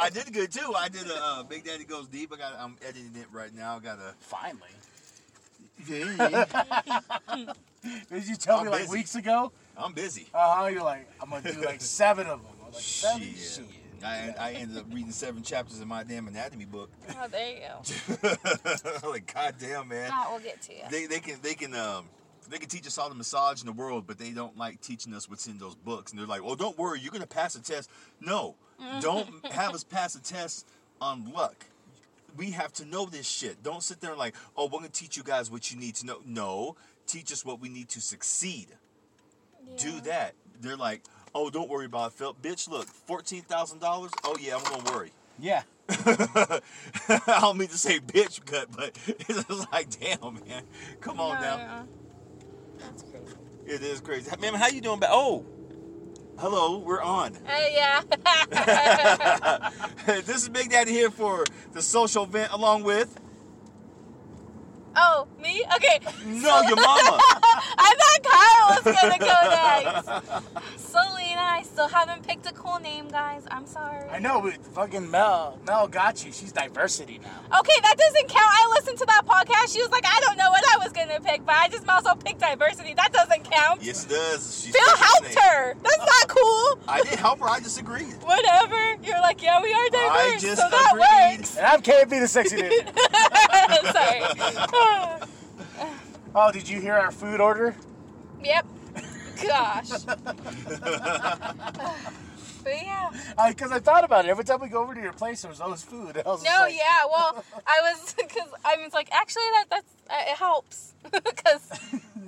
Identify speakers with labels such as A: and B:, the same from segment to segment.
A: I did good too. I did a uh, Big Daddy Goes Deep. I got. I'm editing it right now. I got a.
B: Finally.
A: Yeah,
B: Did you tell
A: I'm
B: me like
A: busy.
B: weeks ago?
A: I'm busy.
C: Oh,
B: Uh huh. You're like, I'm gonna do like seven of them. I was like, seven?
A: Shit.
B: Shoot.
A: I, I ended up reading seven chapters of my damn anatomy book.
D: Oh, there you go.
A: like goddamn, man.
D: That will get to you.
A: They they can they can um they can teach us all the massage in the world, but they don't like teaching us what's in those books. And they're like, "Well, don't worry, you're gonna pass a test." No, don't have us pass a test on luck. We have to know this shit. Don't sit there and like, "Oh, we're gonna teach you guys what you need to know." No, teach us what we need to succeed. Do that. They're like, "Oh, don't worry about it, Phil. Bitch, look, fourteen thousand dollars. Oh yeah, I'm gonna worry."
B: Yeah.
A: I don't mean to say bitch cut, but it's just like, damn, man, come
B: Oh,
A: on now.
D: That's crazy.
A: It is crazy. Ma'am, how you doing? Ba- oh, hello, we're on.
D: Hey, Uh, yeah.
A: this is Big Daddy here for the social event along with...
D: oh, me? Okay.
A: No, your mama.
D: I thought Kyle was gonna go next. Selena, I still haven't picked a cool name, guys. I'm sorry.
B: I know, but fucking Mel, Mel got you. She's diversity now.
D: Okay, that doesn't count. I listened to that podcast. She was like, I don't know what I was gonna pick, but I just might as well pick diversity. That doesn't count.
A: yes, it does. She's
D: Phil
A: special
D: helped
A: name.
D: her. That's not cool.
A: I didn't help her. I disagreed.
D: Whatever. You're like, yeah, we are
A: I
D: diverse,
A: just
D: so that
A: agreed.
D: works.
B: And I'm KFB the sexy dude.
D: sorry.
B: oh, did you hear our food order?
D: Yep. Gosh. but yeah.
B: Because I thought about it. Every time we go over to your place, there's always food. I was just
D: No,
B: like,
D: yeah. Well, I was because I was like, actually, that that's uh, it helps because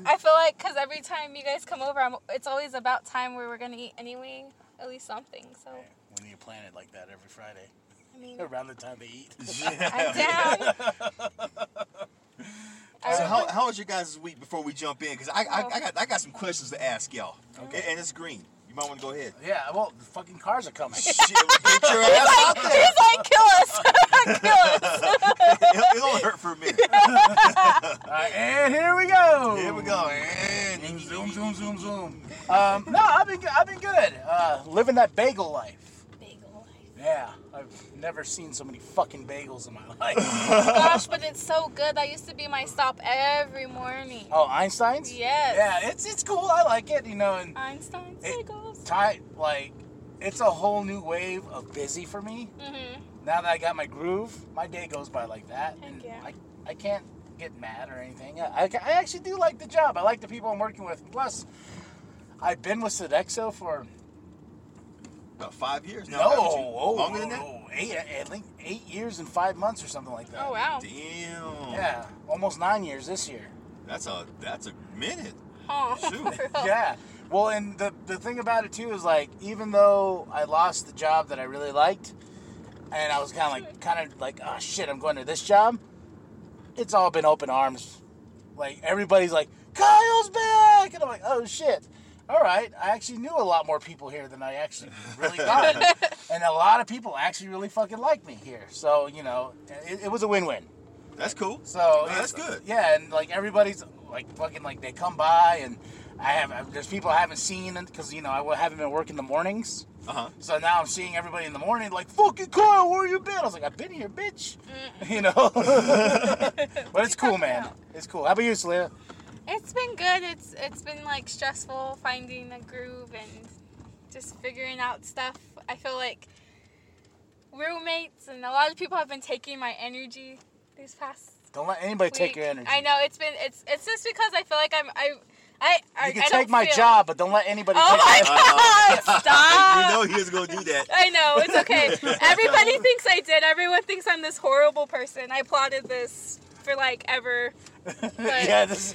D: I feel like because every time you guys come over, I'm, it's always about time where we're gonna eat anyway, at least something. So
B: When do you plan it like that every Friday?
D: I mean,
B: Around the time they eat.
D: I'm down. I
A: So how,
D: remember-
A: how was your guys' week before we jump in? Because I, I, I got I got some questions to ask y'all. Okay.
B: Okay.
A: And it's green. You might want to go ahead.
B: Yeah, well, the fucking cars are coming.
A: Shit, get your ass out there.
D: He's like, kill us, kill us.
A: It'll, it'll hurt for a minute.
B: All right, and here we go.
A: Here we go. And
B: Zoom, zoom, zoom, zoom. Um, no, I've been, I've been good. Uh, living that bagel life.
D: Bagel life.
B: Yeah, I've never seen so many fucking bagels in my life.
D: Gosh, but it's so good. That used to be my stop every morning.
B: Oh, Einstein's?
D: Yes.
B: Yeah, it's it's cool. I like it, you know, and
D: Einstein's
B: It-
D: bagels.
B: tight like it's a whole new wave of busy for me.
D: Mm-hmm.
B: Now that I got my groove, my day goes by like that, and
D: yeah.
B: I I can't get mad or anything. I, I ca- I actually do like the job. I like the people I'm working with. Plus, I've been with Sodexo for
A: About five years now.
B: no,
A: haven't you?
B: oh,
A: longer than that.
B: oh, eight at least eight years and five months or something like that.
D: Oh wow.
A: Damn.
B: Yeah, almost nine years this year.
A: That's a that's a minute.
D: Oh.
A: Shoot.
B: Yeah. Well, and the the thing about it too is like even though I lost the job that I really liked, and I was kind of like kind of like oh shit, I'm going to this job. It's all been open arms. Like everybody's like Kyle's back, and I'm like oh shit. All right, I actually knew a lot more people here than I actually really thought, and a lot of people actually really fucking like me here. So you know, it, it was a win-win.
A: That's cool.
B: So
A: Yeah, that's
B: it's-
A: good.
B: Yeah, and like everybody's like fucking like they come by and I have there's people I haven't seen because you know I haven't been working the mornings.
A: Uh huh.
B: So now I'm seeing everybody in the morning like fucking Kyle, where you been? I was like I've been here, bitch.
D: Mm.
B: You know, but it's cool, man. It's cool. How about you, Celia?
D: It's been good. It's it's been like stressful finding a groove and just figuring out stuff. I feel like roommates and a lot of people have been taking my energy these past
B: Don't let anybody take
D: week.
B: your energy.
D: I know it's been it's it's just because I feel like I'm I I I,
B: You can
D: I don't
B: take my
D: feel-
B: job, but don't let anybody
D: Oh
B: take
D: my
B: my
D: god! Stop!
A: you know he was gonna do that.
D: I know, it's okay. Everybody thinks I did. Everyone thinks I'm this horrible person. I plotted this for like ever. But
B: Yeah, this,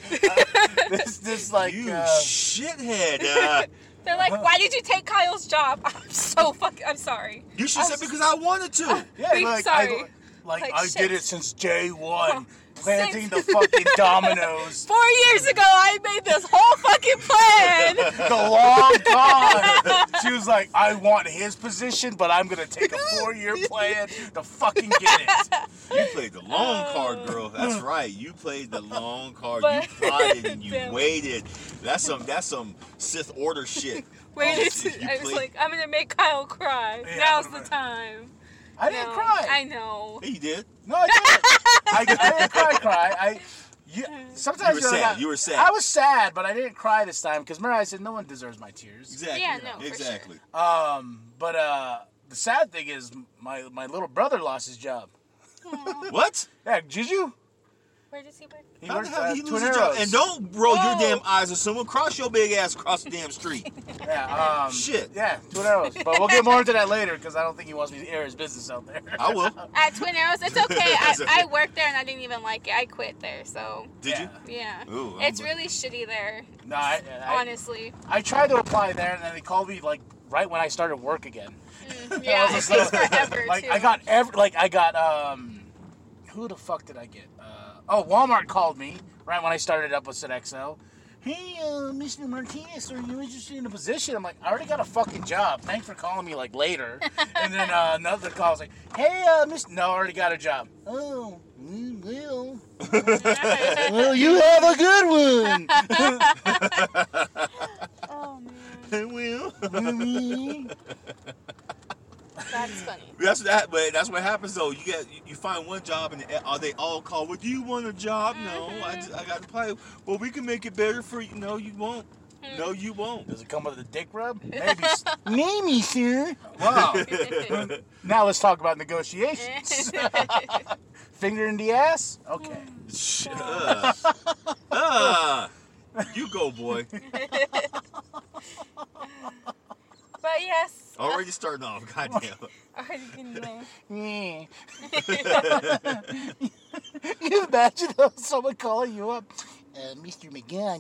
B: this, this like
A: you
B: uh,
A: shithead. Uh,
D: They're like, why did you take Kyle's job? I'm so fucking. I'm sorry.
A: You should
D: I'm
A: say because I wanted to.
B: Yeah,
D: We're
B: like, I,
D: sorry.
B: like,
D: Like,
B: I
D: shit.
B: did it since day one,
D: Since-
B: planting the fucking dominoes.
D: Four years ago, I made this whole fucking plan.
B: the long con. She was like, I want his position, but I'm gonna take a four-year plan to fucking get it.
A: You played the long card, girl. That's right. You played the long card.
D: But-
A: you plotted and you
D: Damn.
A: waited. That's some that's some Sith Order shit.
D: Waited.
A: Oh,
D: to-
A: you
D: I was
A: played-
D: like, I'm gonna make Kyle cry.
B: Yeah,
D: Now's the
B: whatever.
D: time.
B: I didn't
D: No,
B: cry.
D: I know.
A: Yeah, you did.
B: No, I didn't. I, I didn't cry. Cry. I. You, sometimes
A: You were
B: know,
A: sad.
B: I-
A: You were sad.
B: I was sad, but I didn't cry this time because remember I said no one deserves my tears.
A: Exactly.
D: Yeah, no, for sure.
A: exactly.
B: Um, but uh, the sad thing is my my little brother lost his job.
A: What?
B: Yeah, Juju.
D: Where does he work?
B: He
A: How the
B: works
A: hell did
B: at
A: he lose
B: Twin
A: his job?
B: Arrows.
A: And don't roll your
D: Whoa.
A: damn eyes at someone. Cross your big ass across the damn street.
B: Yeah, um,
A: Shit.
B: Yeah, Twin Arrows. But we'll get more into that later because I don't think he wants me to air his business out there.
A: I will.
D: At Twin Arrows, it's okay. I,
A: It's okay.
D: I worked there and I didn't even like it. I quit there, so
A: Did you?
B: Yeah.
D: yeah.
A: Ooh, I'm
D: it's
A: bu-
D: really shitty there,
B: No, I, I,
D: honestly.
B: I tried to apply there and then they called me like right when I started work again.
D: Yeah, it takes forever.
B: Like
D: too.
B: I got every like I got um, who the fuck did I get? Uh, oh, Walmart called me right when I started up with Sodexo. Hey, uh, Mr. Martinez, are you interested in a position? I'm like, I already got a fucking job. Thanks for calling me like later. and then uh, another call was like, Hey, uh, Miss, no, I already got a job. Oh, mm, well, well, you have a good one.
D: oh man,
A: Well,
D: that's funny.
A: that's that. But that's what happens though. You get you- you find one job and are they all called? Well, do you want a job? No, I, just, I got to play. Well, we can make it better for you. No, you won't. No, you won't.
B: Does it come with a dick rub? Maybe, maybe, sir. Wow. Now let's talk about negotiations. Finger in the ass? Okay.
A: Shh, uh, uh, you go, boy.
D: but yes,
A: Already starting off. Goddamn.
D: already getting there.
B: Yeah. you imagine someone calling you up? Uh, Mr. Magana,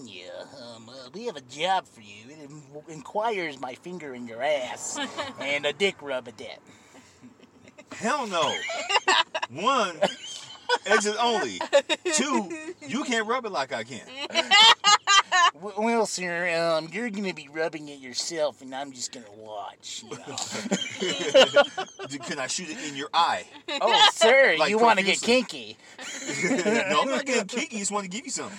B: um, uh, we have a job for you. It in- inquires my finger in your ass and a dick rub at that.
A: Hell no. One, exit only. Two, you can't rub it like I can.
B: W- Well, sir, um, you're gonna be rubbing it yourself, and I'm just gonna watch. you know.
A: Can I shoot it in your eye?
B: oh, sir,
A: Like
B: you want to get
A: profusely.
B: kinky?
A: no, I'm not getting kinky. Just want to give you something.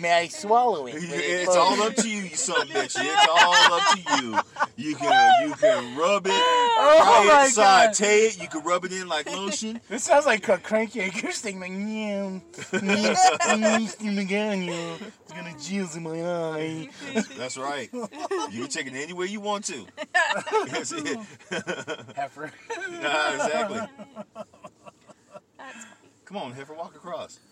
B: May I swallow it?
A: You-
B: with a
A: It's all
B: fork?
A: up to you, you son of a bitch. It's all up to you. You can you can rub it,
B: Oh
A: fry
B: my
A: it,
B: God.
A: saute it. You can rub it in like lotion.
B: This sounds like a cranky acres thing. Like, yeah, Mr. Magana is gonna jizz in my eye.
A: That's right. You can take it any way you want to. That's it.
B: Heifer.
A: Nah, exactly.
D: That's
A: Come on, heifer, walk across.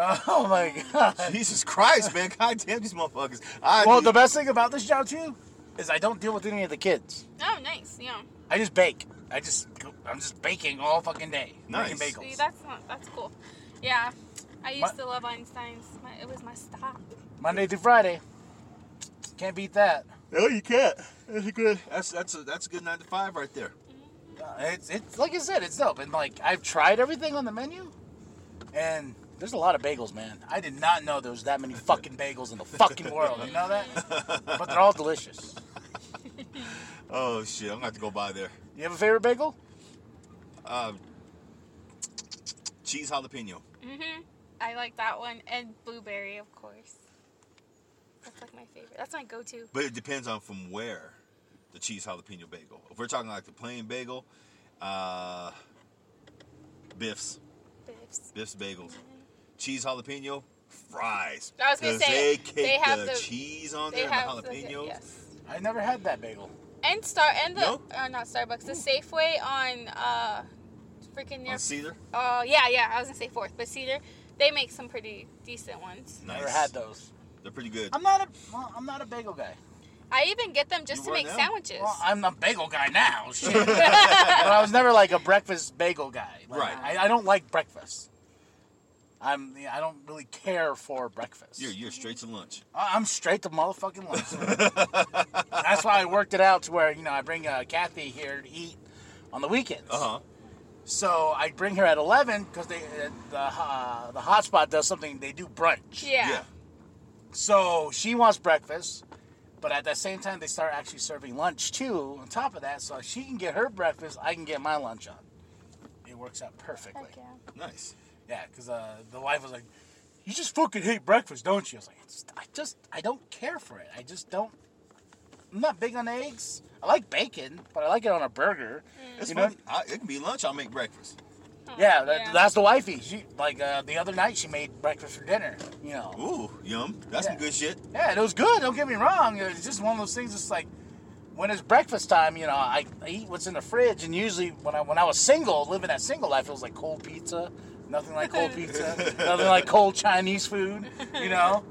B: Oh my god.
A: Jesus Christ, man! God damn these motherfuckers. I
B: Well, the best thing about this job too is I don't deal with any of the kids.
D: oh nice, yeah.
B: I just bake. I just go- I'm just baking all fucking day.
A: Nice.
B: Making
D: See,
B: bagels.
D: that's not that's cool. Yeah, I used
B: My-
D: to love Einstein's. My, it was my stop.
B: Monday through Friday. Can't beat that.
A: no, you can't. That's a good. That's that's a that's a good nine to five right there.
B: Uh, It's it's like I said, it's dope. And like I've tried everything on the menu, and there's a lot of bagels, man. I did not know there was that many fucking bagels in the fucking world. You know that? But they're all delicious.
A: Oh shit, I'm gonna have to go by there.
B: You have a favorite bagel?
A: Um, cheese jalapeno.
D: Mhm. I like that one and blueberry, of course. That's like my favorite. That's my go-to.
A: But it depends on from where the cheese jalapeno bagel. If we're talking like the plain bagel, uh, Biff's,
D: Biff's.
A: Biff's bagels, cheese jalapeno, fries.
D: I was gonna
A: 'Cause
D: say,
A: they cake
D: they have
A: the,
D: the-
A: cheese on
D: They
A: there,
D: have
A: and the
D: okay,
A: jalapenos.
D: yes.
B: I never had that bagel.
D: And Star and the
A: No?
D: uh, not Starbucks, the Safeway on uh freaking near
A: On cedar,
D: uh yeah, yeah, I was gonna say fourth, but Cedar, they make some pretty decent ones.
A: nice.
B: Never had those.
A: They're pretty good.
B: I'm not a well, I'm not a bagel guy.
D: I even get them just
A: You
D: to
A: are
D: make
A: now?
D: sandwiches.
B: Well, I'm a bagel guy now, shit. but I was never like a breakfast bagel guy. Like,
A: Right.
B: I, I don't like breakfast. I'm I don't really care for breakfast.
A: You're you're straight to lunch.
B: I- I'm straight to motherfucking lunch. That's why I worked it out to where you know I bring uh, Kathy here to eat on the weekends.
A: Uh huh.
B: So I bring her at eleven because they uh, the uh, the hotspot does something. They do brunch.
D: Yeah.
A: Yeah.
B: So she wants breakfast, but at the same time they start actually serving lunch too. On top of that, so she can get her breakfast, I can get my lunch on. It works out perfectly.
D: Heck yeah.
A: Nice.
B: Yeah, because uh, the wife was like, "You just fucking hate breakfast, don't you?" I was like, it's, "I just, I don't care for it. I just don't. I'm not big on eggs. I like bacon, but I like it on a burger.
A: It's
B: You know?
A: funny. I, it can be lunch. I'll make breakfast.
B: Yeah, that,
D: Yeah.
B: that's the wifey. She like uh, the other night she made breakfast for dinner. You know.
A: Ooh, yum. That's some
B: Yeah.
A: good shit.
B: Yeah, it was good. Don't get me wrong. It's just one of those things. It's like when it's breakfast time, you know, I, I eat what's in the fridge, and usually when I when I was single, living that single life, it was like cold pizza. Nothing like cold pizza. nothing like cold Chinese food. You know.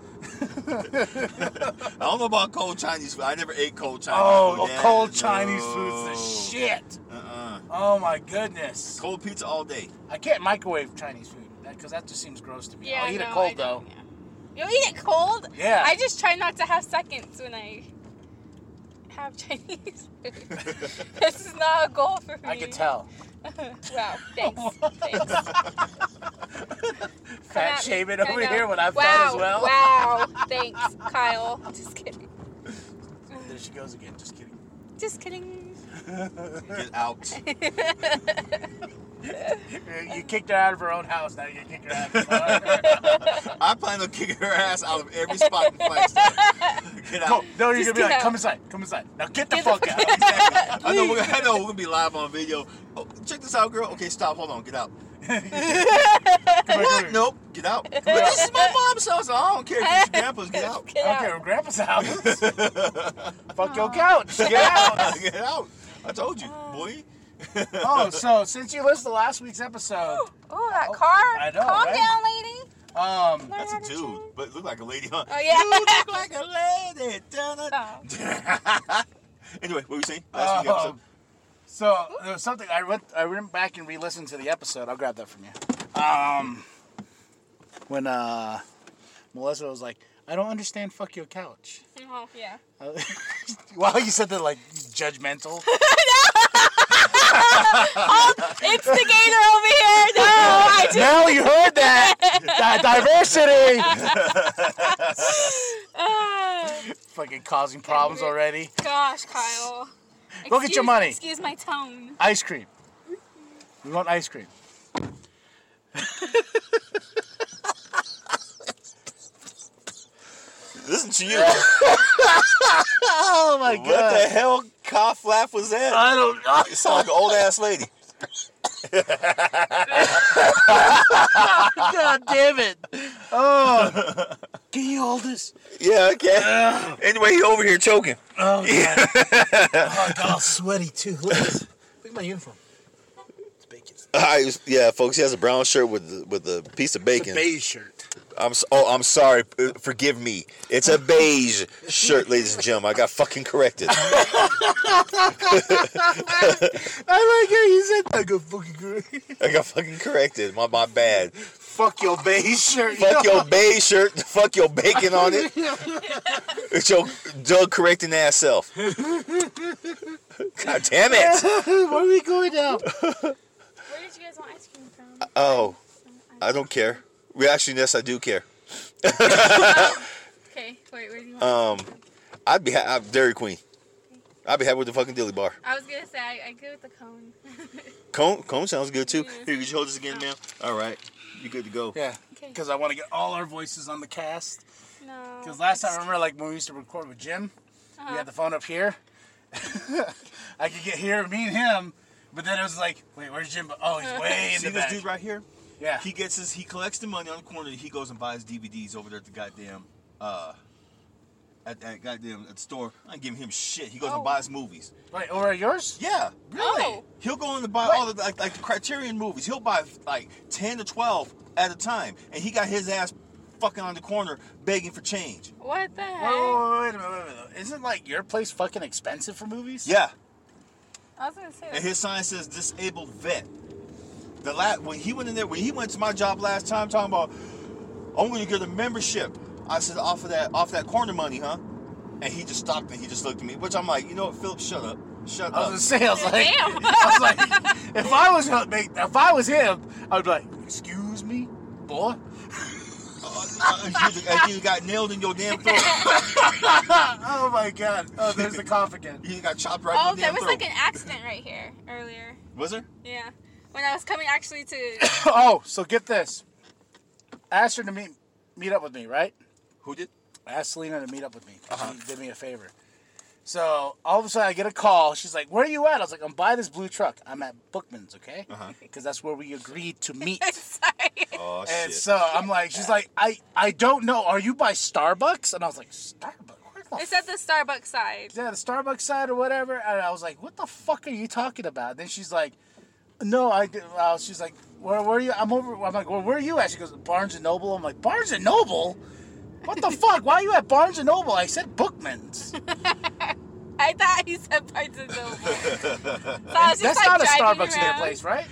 A: I don't know about cold Chinese food. I never ate cold Chinese
B: Oh,
A: food. Dad.
B: cold Chinese
A: No.
B: food's the shit.
A: Uh-uh.
B: Oh my goodness.
A: Cold pizza all day.
B: I can't microwave Chinese food because that just seems gross to me.
D: Yeah,
B: I'll eat
D: no,
B: it
D: I
B: cold though.
D: don't- yeah. You'll eat it cold?
B: Yeah.
D: I just try not to have seconds when I have Chinese food. this is not a goal for me.
B: I can tell.
D: wow. Thanks. Thanks. Come
B: Fat
D: at me.
B: shaming
D: I
B: over
D: know.
B: here when I've
D: wow,
B: as well.
D: Wow. Thanks, Kyle. Just kidding.
B: There she goes again. Just kidding.
D: Just kidding.
A: Get out.
B: You- You kicked her out of her own house. Now you kick her out. Of her
A: I plan on kicking her ass out of every spot in Flagstaff. Get out.
B: no, no, you're
D: Just
B: gonna be
D: get
B: like,
D: out.
B: come inside, come inside. Now get the
D: Get the
B: fuck
D: fuck
B: out.
A: Exactly. I know. We're, I know. We're gonna be live on video. Oh, check this out, girl. Okay, stop. Hold on. Get out.
B: Come here, come here.
A: What? Nope. Get out. But this is my mom's house. I don't care if it's your grandpa's. Get out.
D: Get
B: I don't care.
D: out.
B: We're grandpa's house. fuck your couch. Get
D: Oh.
B: out.
A: Get out. I told you, boy.
B: Oh, so since you listened to last week's episode,
D: Oh, that car.
B: I know,
D: Calm
B: right?
D: down, lady.
B: um,
D: Learn
A: That's
D: how
A: a
D: to
A: dude,
D: drive.
A: but look like a lady, huh?
D: Oh, yeah.
A: You look like a lady.
D: Oh.
A: Dun-dun. anyway, what were you saying? Last week
B: Um,
A: episode.
B: So there was something I went I went back and re-listened to the episode. I'll grab that from you. Um, when uh, Melissa was like, "I don't understand, fuck your couch."
D: Oh, yeah.
B: wow, you said that like judgmental.
D: Oh, Instigator over here. No, I just.
B: now you heard that. Di- diversity.
D: Oh,
B: Fucking causing problems already.
D: gosh, Kyle.
B: Go get your
D: Excuse-
B: money.
D: Excuse my tone.
B: Ice cream. We want ice cream.
A: Listen to you.
B: Oh my
A: what the hell car flap was that?
B: I don't oh, know.
A: It sounded like an old ass lady.
B: God damn it. Oh. Can you hold this?
A: Yeah, okay. Anyway, he over here choking.
B: Oh, God. oh, I got all sweaty, too. Look at this. Look at my uniform. It's bacon.
A: I, yeah, folks, he has a brown shirt with the, with a piece of
B: It's a
A: bacon.
B: beige shirt.
A: I'm s- oh, I'm sorry. Uh, Forgive me. It's a beige shirt, ladies and gentlemen. I got fucking corrected.
B: I like how you said that. I go fucking great.
A: I got fucking corrected. My my bad.
B: Fuck your beige shirt.
A: Fuck your beige shirt. Fuck your bacon on it. It's your Doug correcting ass self. God damn it.
B: Where are we going now?
D: Where did you guys want ice cream from?
A: Oh, I don't care. We actually, yes, I do care.
D: Okay, wait, where do you want?
A: Um, I'd be ha- I'm Dairy Queen. I'd be happy with the fucking dilly bar.
D: I was gonna say I, I go with the cone.
A: Cone, cone sounds good too. Here, could you hold this again, ma'am? All right, you good to go.
B: Yeah.
D: Okay.
B: Because I want to get all our voices on the cast.
D: No.
B: Because last time, I remember, like when we used to record with Jim, we had the phone up here. I could get here, me and him. But then it was like, wait, where's Jim? Oh, he's way in
A: See
B: the
A: this
B: back.
A: dude right here?
B: yeah.
A: He gets his, he collects the money on the corner. He goes and buys DVDs over there at the goddamn, uh, at that goddamn at the store. I ain't giving him shit. He goes
D: Oh.
A: and buys movies.
B: Wait, over at yours?
A: Yeah,
D: Really? Oh.
A: He'll go in and buy all the like, like the Criterion movies. He'll buy like ten to twelve at a time, and he got his ass fucking on the corner begging for change.
D: What the heck?
B: Wait, wait, wait, wait, a minute, wait a minute. Isn't like your place fucking expensive for movies?
A: Yeah,
D: I was gonna say
A: and
D: that.
A: his sign says disabled vet. The last when he went in there, when he went to my job last time, talking about I'm going to get a membership. I said off of that off that corner money, huh? And he just stopped and he just looked at me, which I'm like, you know what, Philip, shut up, shut
B: I was
A: up.
B: gonna say, I was like,
D: Damn.
B: I was like, if I was gonna make- if I was him, I'd be like, excuse me, boy.
A: Uh, you, just- you got nailed in your damn throat.
B: Oh my god. Oh, there's the cough again.
A: You got chopped right
D: Oh,
A: in your
D: there
A: damn
D: was
A: throat.
D: like an accident right here earlier.
A: was there?
D: Yeah. When I was coming actually to
B: Oh, so get this. Asked her to meet meet up with me, right?
A: Who did?
B: I asked Selena to meet up with me. She did me a favor. So all of a sudden, I get a call. She's like, "Where are you at?" I was like, "I'm by this blue truck. I'm at Bookman's, okay? Because that's where we agreed to meet."
D: sorry.
A: Oh
B: and
A: shit.
B: so I'm like, "She's like, I I don't know. Are you by Starbucks?" And I was like, "Starbucks? Where the
D: It's at the Starbucks side.
B: yeah, the Starbucks side or whatever. And I was like, what the fuck are you talking about? then she's like, no, I did. Well, she's like, where, where are you? I'm over. I'm like, well, where are you at? She goes, Barnes and Noble. I'm like, Barnes and Noble? What the fuck? Why are you at Barnes and Noble? I said Bookman's.
D: I thought he said Barnes and Noble. So I was just,
B: That's
D: like,
B: not a
D: driving
B: Starbucks in their
D: around.
B: place, right?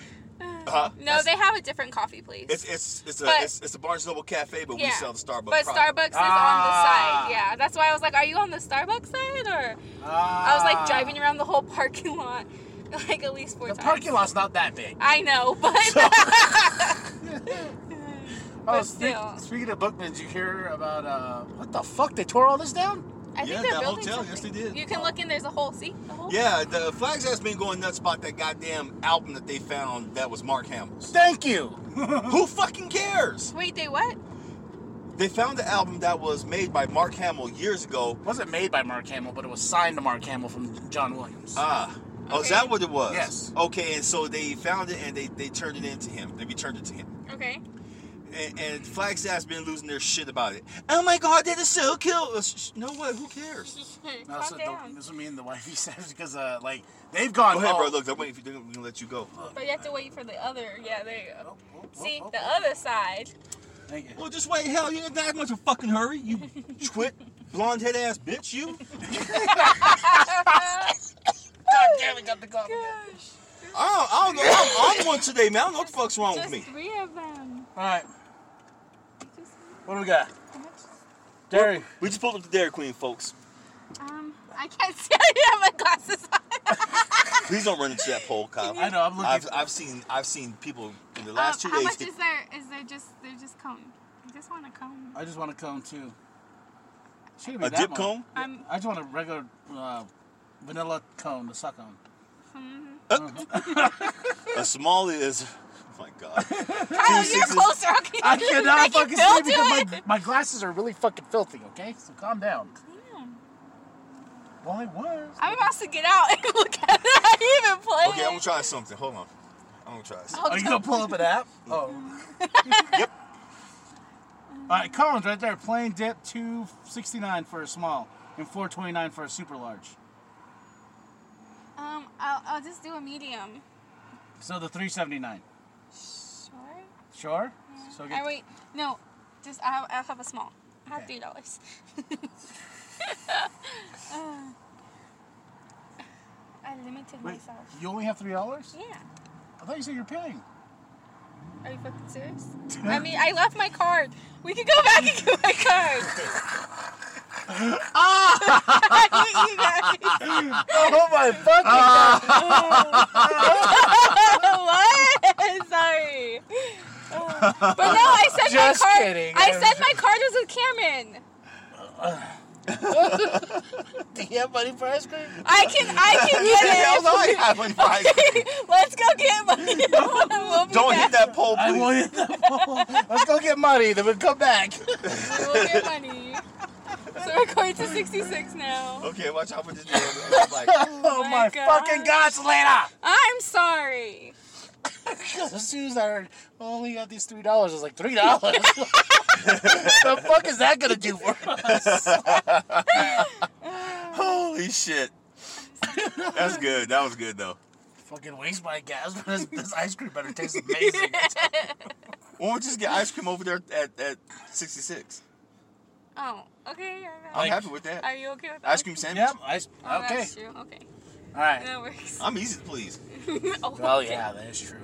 A: Uh-huh.
D: No, they have a different coffee place.
A: It's it's it's a
D: But-
A: it's, it's a Barnes Noble cafe, but we sell the Starbucks.
D: But
A: product.
D: Starbucks is
B: Ah.
D: on the side. Yeah, that's why I was like, "Are you on the Starbucks side?" Or
B: Ah.
D: I was like driving around the whole parking lot, like at least four
B: The
D: times.
B: parking lot's not that big.
D: I know, but
B: Oh,
D: But
B: speak,
D: still.
B: speaking of Bookman's, you hear about uh, what the fuck? They tore all this down?
D: I think
A: Yeah,
D: they're
A: that
D: building
A: hotel,
D: something.
A: yes, they did.
D: You can look in. There's a hole. See the hole.
A: Yeah, the Flags has been going nuts about that goddamn album that they found that was Mark Hamill's.
B: Thank you.
A: Who fucking cares?
D: Wait, they what?
A: They found the album that was made by Mark Hamill years ago.
B: It wasn't made by Mark Hamill, but it was signed to Mark Hamill from John Williams.
A: Ah. Oh, is
D: Okay.
A: that what it was?
B: Yes.
A: Okay, and so they found it and they, they turned it into him. They returned it to him.
D: Okay.
A: And, and Flagstaff's been losing their shit about it. Oh my god, that is so cool. Uh, sh- sh- No what? Who cares?
B: No,
D: Calm
B: so
D: down.
B: don't, this would mean the wifey says because uh, like they've gone.
A: Go ahead,
B: oh,
A: bro. Look, I'm waiting for you. I'm gonna let you go.
D: But you have to wait for the other. Yeah, there you go.
B: oh,
D: See
B: oh,
D: the other side.
B: Thank you.
A: Well, just wait. Hell, you're not in much of a fucking hurry. You twit, blonde head ass bitch. You.
B: God damn it, got the cough. again.
D: Oh Gosh,
A: I don't, I don't know. I'm, I'm one today, man. I don't know what the fuck's wrong with
D: just
A: Oh, me.
D: three of them.
B: All right,
D: Just
B: what do we got?
D: how much?
B: Dairy.
A: We just pulled up to Dairy Queen, folks.
D: Um, I can't see. I didn't have my glasses on.
A: Please don't run into that pole, Kyle.
B: I know. I'm looking.
A: I've, I've seen I've seen people in the last
D: Um,
A: two
D: how
A: days.
D: much is there? Is there just they're just cone? I just want a cone.
B: I just want a cone too. Shouldn't be
A: a
B: that
A: dip
B: much.
A: comb?
D: I'm
B: I just want a regular uh, vanilla cone to suck on.
A: A small is. Oh my god.
D: Kyle,
A: Two
D: you're
A: sixes.
D: closer. Okay,
B: I
D: you
B: cannot
D: make it
B: fucking
D: feel
B: see
D: to
B: because my,
D: it.
B: my glasses are really fucking filthy. Okay, so calm down.
D: Damn.
B: Well, it was.
D: I'm about to get out and look at it. I didn't even play.
A: Okay, I'm gonna
D: it.
A: try something. Hold on. I'm gonna try something.
D: Hold
B: Are you
D: on.
B: gonna pull up an app? Oh.
A: Yep.
B: All right, Collins, right there. Plain dip, two sixty nine for a small, and four twenty nine for a super large.
D: Um, I'll, I'll just do a medium.
B: So the three seventy nine.
D: Sure.
B: Sure. So
D: I wait. No, just I'll, I'll have a small. I have
B: Okay.
D: three dollars. Uh, I limited
B: Wait,
D: myself.
B: you only have three dollars?
D: Yeah.
B: I thought you said you're paying.
D: Are you fucking serious? I mean, I left my card. We could go back and get my card. Oh. Ah! you guys.
B: Oh my fucking!
D: what? Sorry. Uh, but no, I said
B: Just
D: my card.
B: kidding.
D: I
B: I'm
D: said my card was with Cameron.
B: Do you have money for ice cream?
D: I can, I can get
A: Hell no, I
D: it.
A: haven't tried.
D: Let's go get money. we'll be
A: Don't
D: back.
A: hit that pole,
B: I
A: please.
B: will hit the ball. Let's go get money. Then we'll come back.
D: Oh We'll get money. So we're going to 66 now.
A: Okay, watch out for this. dude. I'm like,
B: Oh
D: my
B: my,
D: God.
B: fucking God, Selena!
D: I'm sorry.
B: As soon as I heard, "Oh, only got these three dollars, I was like, three dollars. the fuck is that gonna do for us?
A: Holy shit. That's good. That was good though.
B: fucking waste my gas, but this, this ice cream better taste amazing.
A: Why don't we just get ice cream over there at, at 66?
D: Oh, okay. I got
A: I'm
D: it.
A: happy with that.
D: Are you okay with that?
A: Ice cream sandwich.
B: yep, ice.
D: Oh,
B: okay.
D: That's true. Okay.
B: All right.
D: That works.
A: I'm easy to please.
D: oh,
B: Well, yeah, that is true.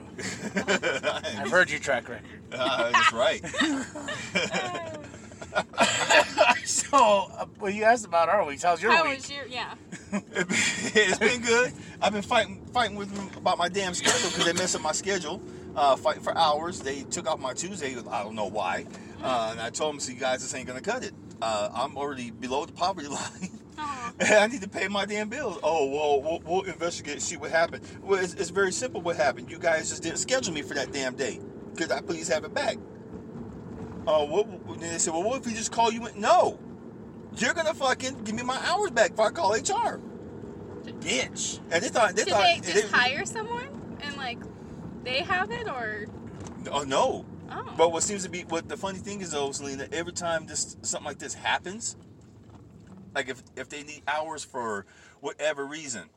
B: I've heard your track record.
A: Uh, that's right.
D: Oh.
B: So, uh, well, you asked about our weeks. How's your
D: How
B: week?
D: was your yeah?
A: it's been good. I've been fighting fighting with them about my damn schedule because they messed up my schedule. Uh, fighting for hours. They took out my Tuesday. I don't know why. Uh, and I told them, "See, guys, this ain't gonna cut it. Uh, I'm already below the poverty line."
D: Aw.
A: I need to pay my damn bills. Oh, well, we'll, we'll investigate and see what happened. Well, it's, it's very simple what happened. You guys just didn't schedule me for that damn day. Could I please have it back? Oh, what, what- then they said, well, what if you just call you? in? No. You're going to fucking give me my hours back if I call HR. Bitch. And they thought, they
D: Did
A: thought,
D: they just
A: they-
D: hire someone and like they have it or
A: Oh, no.
D: oh
A: But what seems to be what the funny thing is though, Selena, every time this something like this happens, like if if they need hours for whatever reason,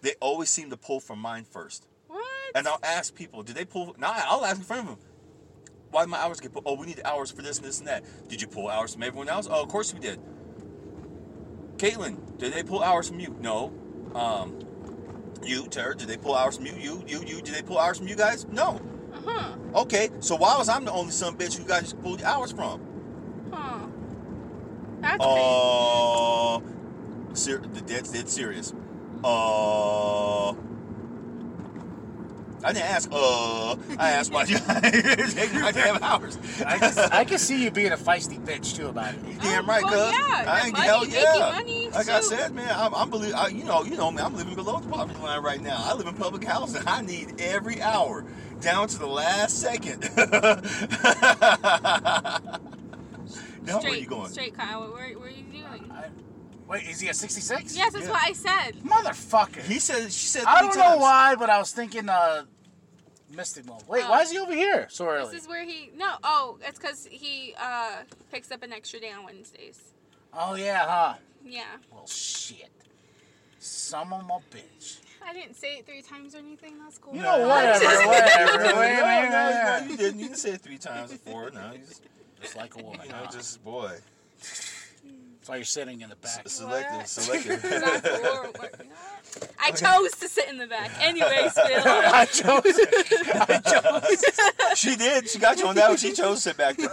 A: they always seem to pull from mine first.
D: what?
A: And I'll ask people, did they pull? Now I'll ask in front of them. Why did my hours get pulled? Oh, we need hours for this and this and that. Did you pull hours from everyone else? Oh, of course we did. Caitlin, did they pull hours from you? No. Um, you, Tara, did they pull hours from you? You, you, you, did they pull hours from you guys? No.
D: Huh?
A: Okay, so why was I'm the only son of a bitch you guys just pulled hours from?
D: Huh? That's
A: Oh,
D: crazy.
A: Uh, ser- the dead's dead serious. Uh, I didn't ask. Uh, I asked why you take my damn hours.
B: I can, I can see you being a feisty bitch too about it.
A: You damn
D: Oh,
A: right,
D: well,
A: cuz.
D: yeah,
A: I
D: the
A: ain't
D: money,
A: hell
D: making
A: yeah.
D: money,
A: like I
D: shoot.
A: said, man, I'm, I'm believe. I, you know, you know me. I'm living below the poverty line right now. I live in public housing. I need every hour, down to the last second. now where
D: straight,
A: you going? Uh,
D: Straight Kyle. What were, were you doing?
B: I, wait, is he at 66?
D: Yes, that's
A: yeah.
D: what I said.
B: Motherfucker.
A: He said. She said.
B: I
A: three
B: don't know
A: times.
B: why, but I was thinking uh, Mystic Mole. Wait,
D: Oh.
B: why is he over here so early?
D: This is where he no. Oh, it's because he uh picks up an extra day on Wednesdays.
B: Oh, yeah, huh?
D: Yeah,
B: Well, shit. Some of my bitch.
D: I didn't say it three times or anything. That's cool.
B: You know, whatever, whatever.
A: No,
B: wait,
A: no,
B: wait,
A: no,
B: wait.
A: you didn't. You didn't say it three times before. No, you just,
B: Just like a woman.
A: you know,
B: huh?
A: just boy,
B: That's why you're sitting in the back.
A: selective,
D: What?
A: selective.
D: That's horrible. You know what? I chose to sit in the back. Anyways, Phil.
B: I chose it.
A: she did. She got you on that one. She chose to sit back there.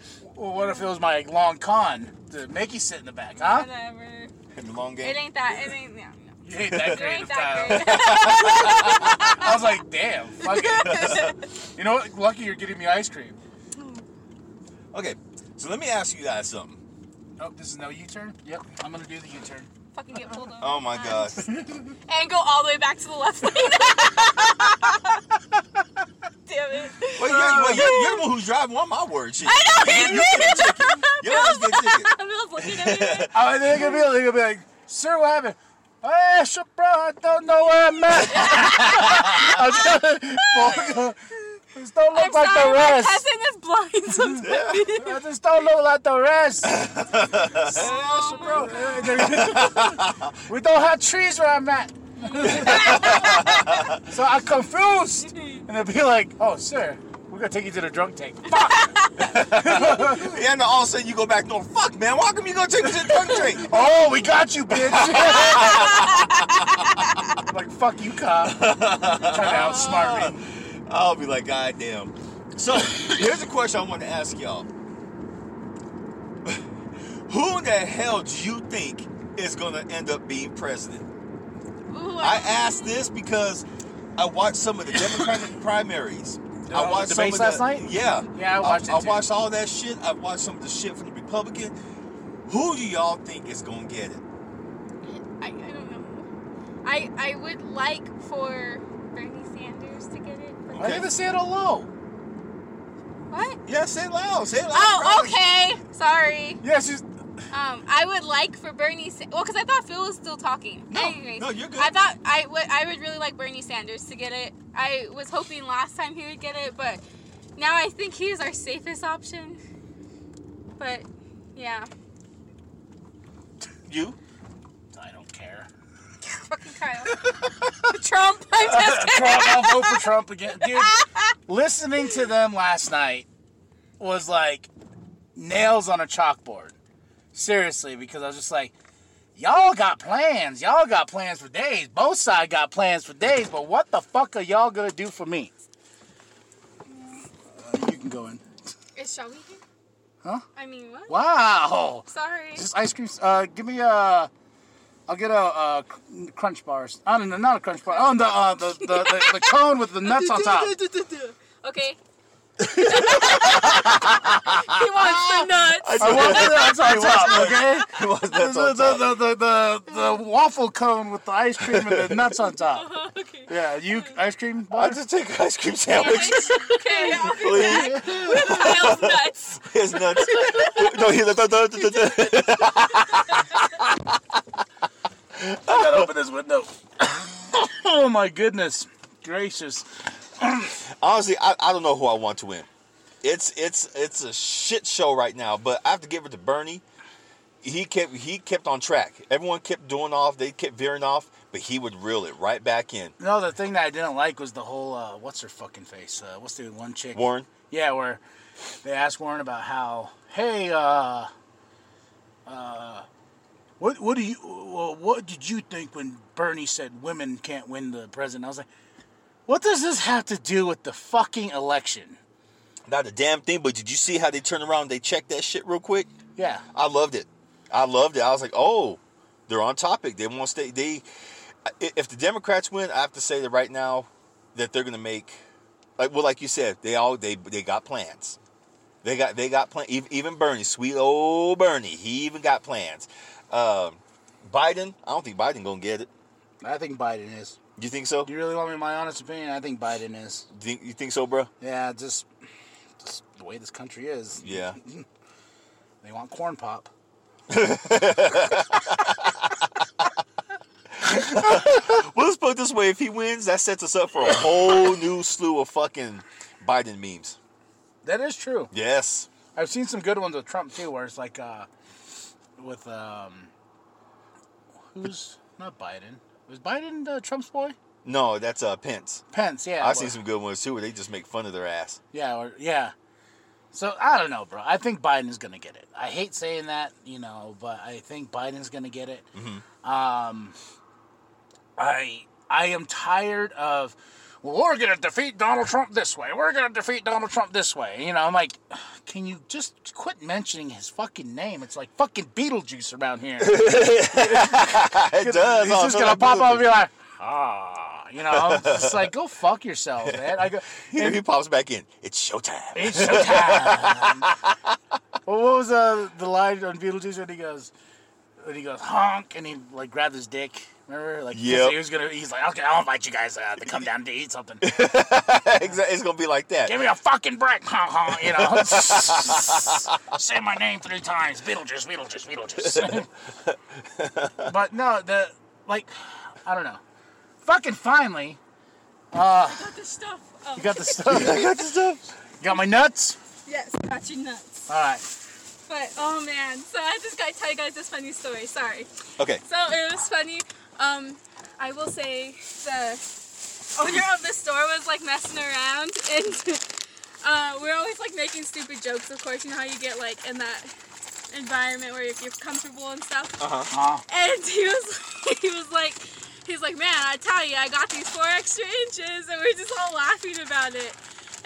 B: Well, what if it was my long con to make you sit in the back, huh?
D: Whatever.
A: Long game.
D: It ain't that. It ain't. Yeah, no.
B: You ain't
D: It
B: that
D: ain't
B: creative,
D: that great.
B: Kyle. I was like, damn, fuck it. You know what? Lucky you're getting me ice cream.
A: Okay, so let me ask you guys something.
B: Oh, this is no U-turn? Yep, I'm gonna do the U-turn.
D: Fucking get pulled over.
A: Oh my
D: Um,
A: god.
D: And go all the way back to the left lane. Damn it.
A: Well, yeah, well, you're, you're the one who's driving. What my word? Shit. I
D: Damn
A: You always get ticket.
D: Bill's looking at me. like,
B: Oh, and they're gonna be, they're gonna be like, sir, what happened? Hey, shit, bro, I don't know where I'm at. I'm trying to- This don't look
D: I'm
B: like
D: sorry,
B: the
D: my
B: rest.
D: cousin is blind sometimes.
B: I just don't look like the rest.
D: Oh my God.
B: we don't have trees where I'm at. so I'm confused. And they'll be like, oh, sir, we're gonna take you to the drunk tank. Fuck!
A: Yeah, and all of a sudden you go back north. Fuck, man. Why come you gonna take me to the drunk drink?
B: Oh, we got you, bitch! like, fuck you, cop. Trying to outsmart me.
A: I'll be like, God damn. So here's a question I want to ask y'all. Who in the hell do you think is gonna end up being president?
D: Ooh,
A: I asked this because I watched some of the Democratic primaries. I
B: Uh,
A: watched
B: the
A: some
B: debates
A: of
B: last night?
A: Yeah,
B: Yeah, I watched it
A: I,
B: too.
A: watched all that shit. I watched some of the shit from the Republican. Who do y'all think is gonna get it?
D: I, I don't know. I I would like for Bernie Sanders to get it. But
B: Why did they say it all low?
D: What?
A: Yeah, say it loud. Say it loud.
D: Oh,
A: Probably.
D: okay. Sorry.
B: Yeah, she's.
D: Um, I would like for Bernie. Sa- well, because I thought Phil was still talking.
A: No,
D: Anyways,
A: no, you're good.
D: I thought I would. I would really like Bernie Sanders to get it. I was hoping last time he would get it, but now I think he's our safest option. But yeah,
A: You?
B: I don't care.
D: fucking Kyle. Trump. I'm just kidding.
B: Trump, I'll vote for Trump again. Dude, listening to them last night was like nails on a chalkboard. Seriously, because I was just like, Y'all got plans. Y'all got plans for days. Both side got plans for days. But what the fuck are y'all gonna do for me? Uh, you can go in.
D: Is Shelby here?
B: Huh?
D: I mean, what?
B: Wow.
D: Sorry.
B: Just ice cream. Uh, give me a. I'll get a, uh cr- crunch bars. I don't know, not a crunch bar. Oh, the uh, the, the, the the cone with the nuts on top.
D: Okay. he wants the nuts.
B: I want the nuts on top. Okay.
A: It was-
B: The,
A: that's
B: the,
A: on top.
B: the, the, the, the waffle cone with the ice cream and the nuts on top.
D: Okay.
B: Yeah, you ice cream
A: I
B: bar.
A: just take an ice cream sandwich.
D: okay, I'll be back.
A: Please.
D: Miles nuts.
A: His nuts. no, he looked. I
B: gotta open this window. oh my goodness gracious!
A: Honestly, I, I don't know who I want to win. It's it's it's a shit show right now. But I have to give it to Bernie. He kept he kept on track. Everyone kept doing off. They kept veering off, but he would reel it right back in.
B: No, the thing that I didn't like was the whole uh, what's her fucking face? Uh, what's the one chick?
A: Warren.
B: Yeah, where they asked Warren about how hey uh uh what what do you well, what did you think when Bernie said women can't win the president? I was like, what does this have to do with the fucking election?
A: Not a damn thing. But did you see how they turned around? and They checked that shit real quick.
B: Yeah,
A: I loved it. I loved it. I was like, oh, they're on topic. They won't stay. They, i- if the Democrats win, I have to say that right now, that they're gonna make, like well, like you said, they all they they got plans. They got they got plans. Even Bernie, sweet old Bernie, he even got plans. Um, Biden, I don't think Biden gonna get it.
B: I think Biden is.
A: You think so?
B: Do
A: Do
B: you really want me my honest opinion? I think Biden is.
A: You think, you think so, bro?
B: Yeah, just just the way this country is.
A: Yeah.
B: They want corn pop.
A: Well, let's put it this way: if he wins, that sets us up for a whole new slew of fucking Biden memes.
B: That is true.
A: Yes.
B: I've seen some good ones with Trump too, where it's like uh, with um, who's not Biden? Was Biden uh, Trump's boy?
A: No, that's uh, Pence.
B: Pence, yeah.
A: I've seen
B: well,
A: some good ones too where they just make fun of their ass.
B: Yeah, or, yeah. So I don't know, bro. I think Biden's gonna get it. I hate saying that, you know, but I think Biden's gonna get it. Um, I I am tired of. Well, we're gonna defeat Donald Trump this way. We're gonna defeat Donald Trump this way. You know, I'm like, can you just quit mentioning his fucking name? It's like fucking Beetlejuice around here.
A: it does.
B: He's just gonna pop up and be like, ah, you know, it's just like go fuck yourself, man. I go,
A: Here he pops back in. It's showtime.
B: It's showtime. well, what was uh, the line on Beetlejuice when he goes, when he goes honk and he like grabbed his dick? Remember, like 'cause
A: Yep.
B: he was gonna, he's like, okay, I'll invite you guys uh, to come down to eat something.
A: Exa- it's gonna be like that.
B: Give me a fucking break, honk honk. You know, say my name three times, Beetlejuice, Beetlejuice, Beetlejuice. but no, the like, I don't know. Fucking finally,
D: Got the stuff. Oh,
B: you got the stuff.
A: I got the stuff.
B: You got my nuts.
D: yes, got you nuts.
B: All right.
D: But oh man, so I just gotta tell you guys this funny story. Sorry.
A: Okay.
D: So it was funny. Um, I will say the owner of the store was like messing around, and uh, we're always like making stupid jokes. Of course, you know how you get like in that environment where you're, you're comfortable and stuff.
B: Uh,
D: And he was he was like he's like, man, I tell you, I got these four extra inches, and we are just all laughing about it.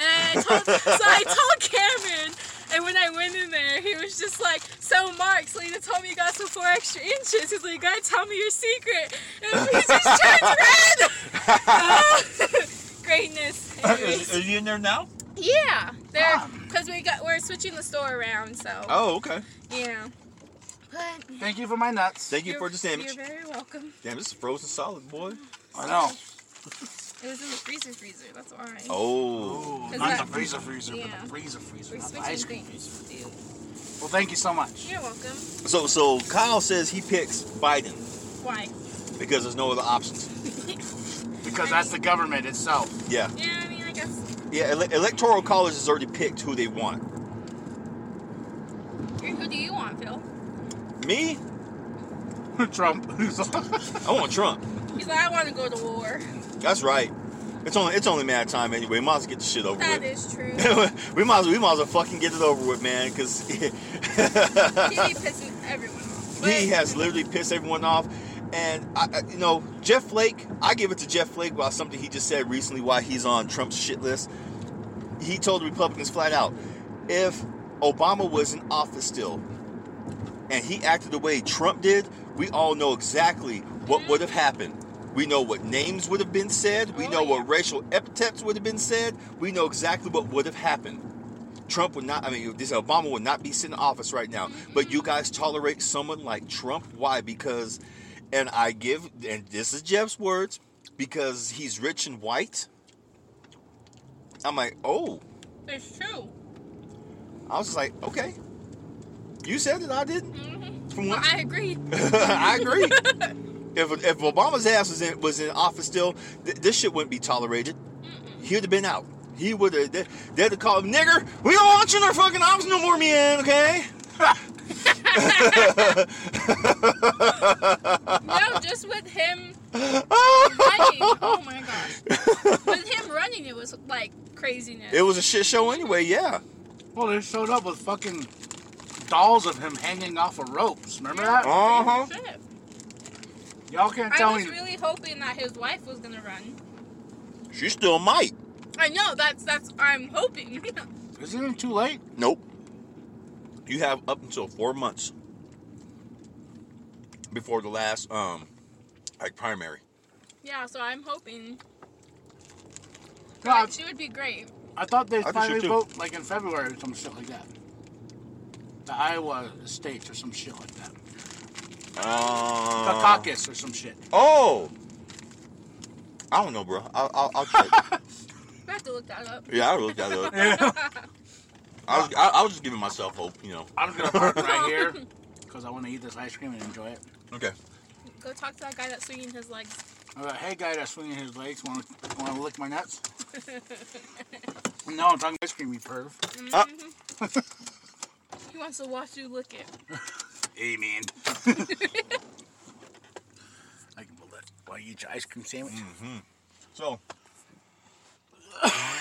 D: And I told so I told Cameron, and when I went in there, he was just like, so Mark, Selena told me you got some four extra inches. He's like, you gotta tell me your secret. And he just turned red. Greatness. Anyways.
A: Uh, you in there now? Ah.
D: Yeah, there because we got we're switching the store around, so
A: Oh, okay.
D: yeah. But
B: thank you for my nuts.
A: Thank you
D: you're-
A: for the sandwich.
D: You're very welcome.
A: Damn, this is frozen solid, boy.
B: I know.
D: It was in the freezer, freezer. That's why.
A: Oh.
D: Is
B: not
D: that-
B: the freezer freezer,
D: Yeah.
B: but the freezer freezer,
D: We're
B: not the
D: switching
B: ice cream
D: things.
B: freezer. Well, thank you so much.
D: You're welcome.
A: So so Kyle says he picks Biden
D: Why?
A: because there's no other options.
B: Because that's the government itself.
A: Yeah.
D: Yeah, I mean, I guess.
A: Yeah. Ele- electoral college has already picked who they want.
D: Who do you want, Phil?
A: Me?
B: Trump.
A: I want Trump.
D: He's like, I want to go to war.
A: That's right. It's only it's only a matter of time anyway. Might as well get the shit over
D: That
A: with.
D: is true.
A: we might as well, we might as well fucking get it over with, man. Cause
D: he be pissing everyone off.
A: he
D: But-
A: has literally pissed everyone off. And I, I- you know, Jeff Flake, I give it to Jeff Flake about something he just said recently. Why he's on Trump's shit list? He told the Republicans flat out, if Obama was in office still, and he acted the way Trump did, we all know exactly what would have happened. We know what names would have been said. We
D: Oh,
A: know
D: yeah.
A: what racial epithets would have been said. We know exactly what would have happened. Trump would not, I mean, this Obama would not be sitting in office right now. But you guys tolerate someone like Trump. Why? Because, and I give, and this is Jeff's words, because he's rich and white. I'm like, oh.
D: It's true.
A: I was just like, okay. You said it, I didn't. From what,
D: I agree.
A: Mm-hmm. I agree. if, if Obama's ass was in, was in office still, th- this shit wouldn't be tolerated. He'd have been out. He would have. They, they'd have called him nigger. We don't want you in our fucking office no more, man. Okay.
D: No, just with him running. Oh my gosh. With him running, it was like craziness.
A: It was a shit show anyway. Yeah.
B: Well, they showed up with fucking dolls of him hanging off of ropes. Remember that?
A: Uh huh.
D: Shit.
B: Y'all can't
D: I
B: tell
D: was
B: me.
D: really hoping that his wife was gonna run.
A: She still might.
D: I know that's that's I'm hoping.
B: Is it even too late?
A: Nope. You have up until four months before the last um like primary.
D: yeah, so I'm hoping.
B: No, I,
D: But she would be great.
B: I thought they
A: think so,
B: finally
A: too.
B: vote like in February or some shit like that. The Iowa states or some shit like that. The
A: Uh,
B: caucus or some shit.
A: Oh. I don't know, bro. I'll, I'll, I'll check.
D: I have to look that up.
A: yeah, I looked that up.
B: Yeah.
A: I was, I, I was just giving myself hope, you know.
B: I'm just gonna park right here because I want to eat this ice cream and enjoy it.
A: Okay.
D: Go talk to that guy that's swinging his legs.
B: I'm like, hey guy that's swinging his legs, want to want to lick my nuts? no, I'm talking ice cream, you perv.
D: He wants to watch you lick it.
B: Amen. I can pull that while you eat your ice cream sandwich.
A: So,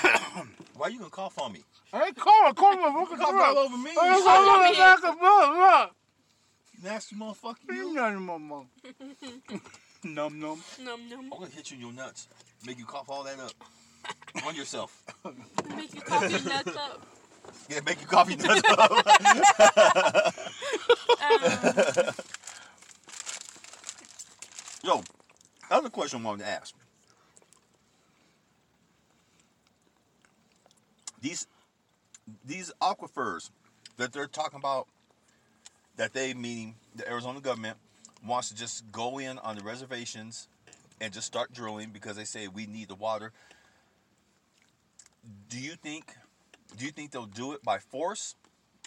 A: why you gonna cough on me?
B: Hey, Carl, Carl, motherfucker,
A: Cough all over me.
B: Hey,
A: you
B: Carl,
D: over me.
B: motherfucker, motherfucker.
A: Nasty motherfucker.
B: You
A: You.
B: know your mama. Num num.
D: Num num.
A: I'm gonna hit you in your nuts. Make you cough all that up. on yourself.
D: Make you cough your nuts up.
A: Yeah, make you cough your nuts up.
D: Um,
A: Yo, other question I wanted to ask. These these aquifers that they're talking about that they meaning the Arizona government wants to just go in on the reservations and just start drilling because they say we need the water. Do you think do you think they'll do it by force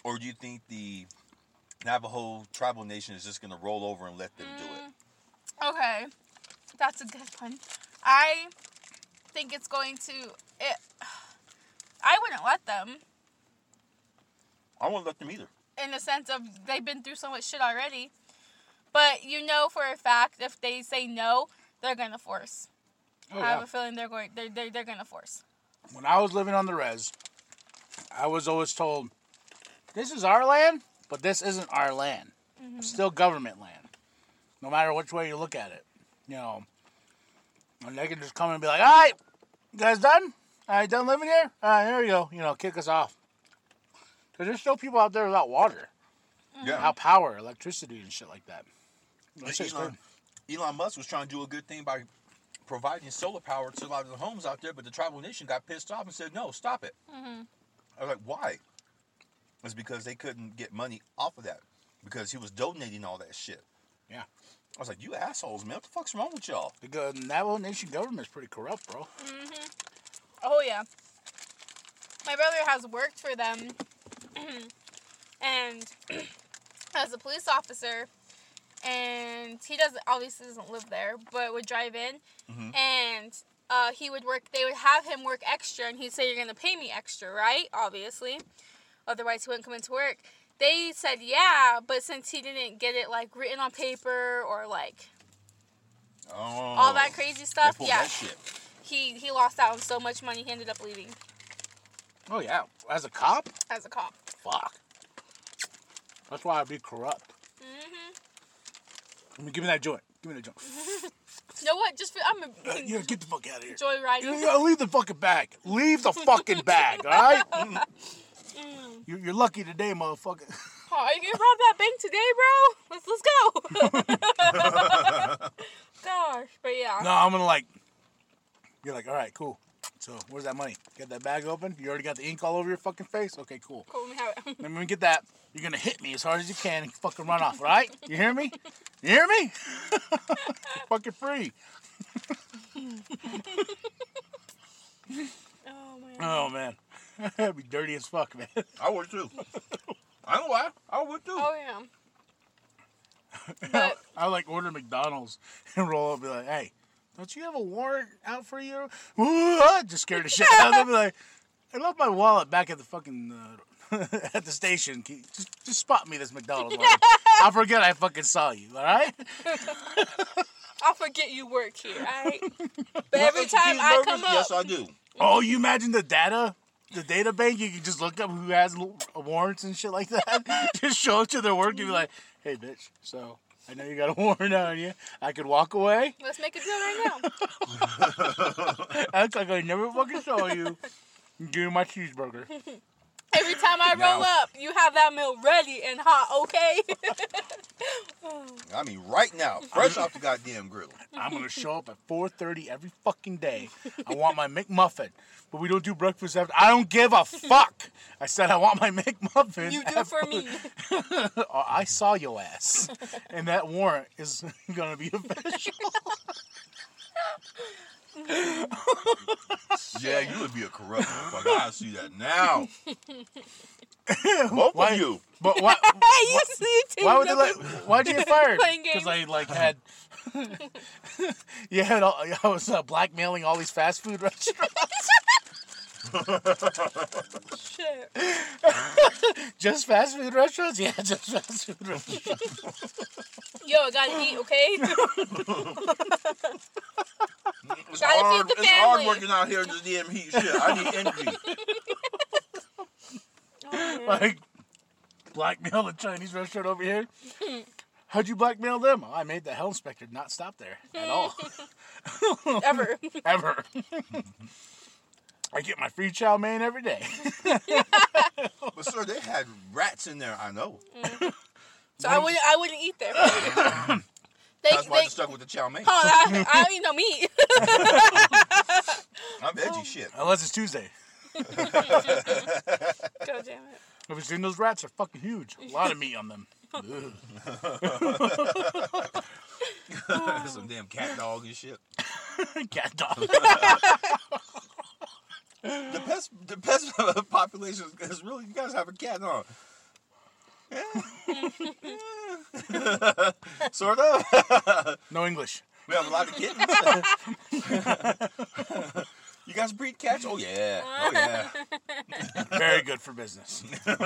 A: or do you think the Navajo tribal nation is just going to roll over and let them do it?
D: okay, that's a good one. I think it's going to. It. I wouldn't let them
A: I won't let them either.
D: in the sense of they've been through so much shit already. But you know for a fact if they say no, they're gonna force.
B: Oh,
D: I have
B: yeah.
D: a feeling they're going. They're they're, they're gonna force.
B: When I was living on the res, I was always told, this is our land, but this isn't our land. It's still government land, no matter which way you look at it. You know, and they can just come and be like, all right, you guys done? All right, done living here? All right, there you go. You know, kick us off. 'Cause there's still people out there without water,
A: Yeah.
B: without power, electricity, and shit like that. That's just
A: Elon, Elon Musk was trying to do a good thing by providing solar power to a lot of the homes out there, but the tribal nation got pissed off and said, "No, stop it." I was like, "Why?" It's because they couldn't get money off of that because he was donating all that shit.
B: Yeah.
A: I was like, "You assholes, man! What the fuck's wrong with y'all?"
B: The go- Navajo Nation government's pretty corrupt, bro.
D: Oh yeah. My brother has worked for them, and as a police officer, and he doesn't obviously doesn't live there, but would drive in,
A: Mm-hmm.
D: and uh, he would work. They would have him work extra, and he'd say, "You're gonna pay me extra, right?" Obviously, otherwise he wouldn't come into work. They said, "Yeah," but since he didn't get it like written on paper or like
A: Oh,
D: all that crazy stuff, yeah,
A: That shit.
D: he he lost out on so much money. He ended up leaving
B: Oh, yeah. As a cop?
D: as a cop.
B: Fuck. That's why I'd be corrupt. I mean, give me that joint. Give me that joint.
D: You know what? Just for, I'm a
B: You know, get the fuck out of here.
D: enjoy
B: You
D: riding.
B: know, leave the fucking bag. Leave the fucking bag, all right? Mm-hmm. You're, you're lucky today, motherfucker.
D: Oh, are you gonna rob that bank today, bro? Let's let's go. Gosh, but yeah.
B: No, I'm gonna like. You're like, all right, cool. So where's that money? Get that bag open. You already got the ink all over your fucking face. Okay, cool.
D: Cool, let me have it.
B: Let me get that. You're gonna hit me as hard as you can and fucking run off, all right? You hear me? You hear me? You're fucking free.
D: Oh man.
B: Oh man, that'd be dirty as fuck, man.
A: I would too. I don't know why. I would too.
D: Oh yeah. But
B: I like order McDonald's and roll up and be like, hey, don't you have a warrant out for you? Ooh, just scared the shit out of them. Be like, I left my wallet back at the fucking uh, at the station. Can you Just, just spot me this McDonald's. one. I'll forget I fucking saw you. All right.
D: I'll forget you work here, alright? But every time I
A: Cheeseburgers?
D: come up,
A: yes, I do.
B: Oh, you imagine the data, the data bank. You can just look up who has l- uh, warrants and shit like that. just show it to their work and be like, hey, bitch. So I know you got a warrant on you. I could walk away.
D: let's make a deal right now.
B: Act like I never fucking saw you. Give me my cheeseburger.
D: Every time I roll
B: Now.
D: up, you have that meal ready and hot, okay?
A: I mean, right now, fresh off the goddamn grill.
B: I'm gonna show up at 4:30 every fucking day. I want my McMuffin, but we don't do breakfast after. I don't give a fuck. I said I want my McMuffin.
D: you do it for me.
B: after- Oh, I saw your ass, and that warrant is gonna be official.
A: Yeah, you would be a corrupt motherfucker. I see that now. Both
B: Why-
A: of you.
B: But why?
D: Hey, you see
B: Why would they let? Why'd you get fired?
D: Playing
B: Because
D: games.
B: I like had. yeah, had all, I was uh, blackmailing all these fast food restaurants
D: Shit.
B: just fast food restaurants. Yeah, just fast food restaurants.
D: Yo, I gotta eat, okay?
A: It's
D: Gotta feed
A: hard,
D: the
A: it's hard
D: family.
A: working out here in the damn heat. Shit, I need energy.
B: like blackmail the Chinese restaurant over here. How'd you blackmail them? Oh, I made the hell inspector not stop there at all,
D: Ever.
B: ever. I get my free chow mein every day.
A: But sir, they had rats in there. I know.
D: So I wouldn't I wouldn't eat there. they
A: That's why I
D: they
A: just stuck with the chow mein.
D: Paul, I, I don't eat no meat.
A: I'm
D: Oh.
A: edgy shit.
B: Unless it's Tuesday.
D: God damn it.
B: Have you seen those rats? Are fucking huge. A lot of meat on them. Ugh.
A: Some damn cat dog and shit.
B: Cat dog.
A: The pest, the pest population is really. You guys have a cat on. sort of.
B: No English.
A: We have a lot of kittens. you guys breed cats? Oh yeah. Oh yeah.
B: Very good for business.
D: Fuck.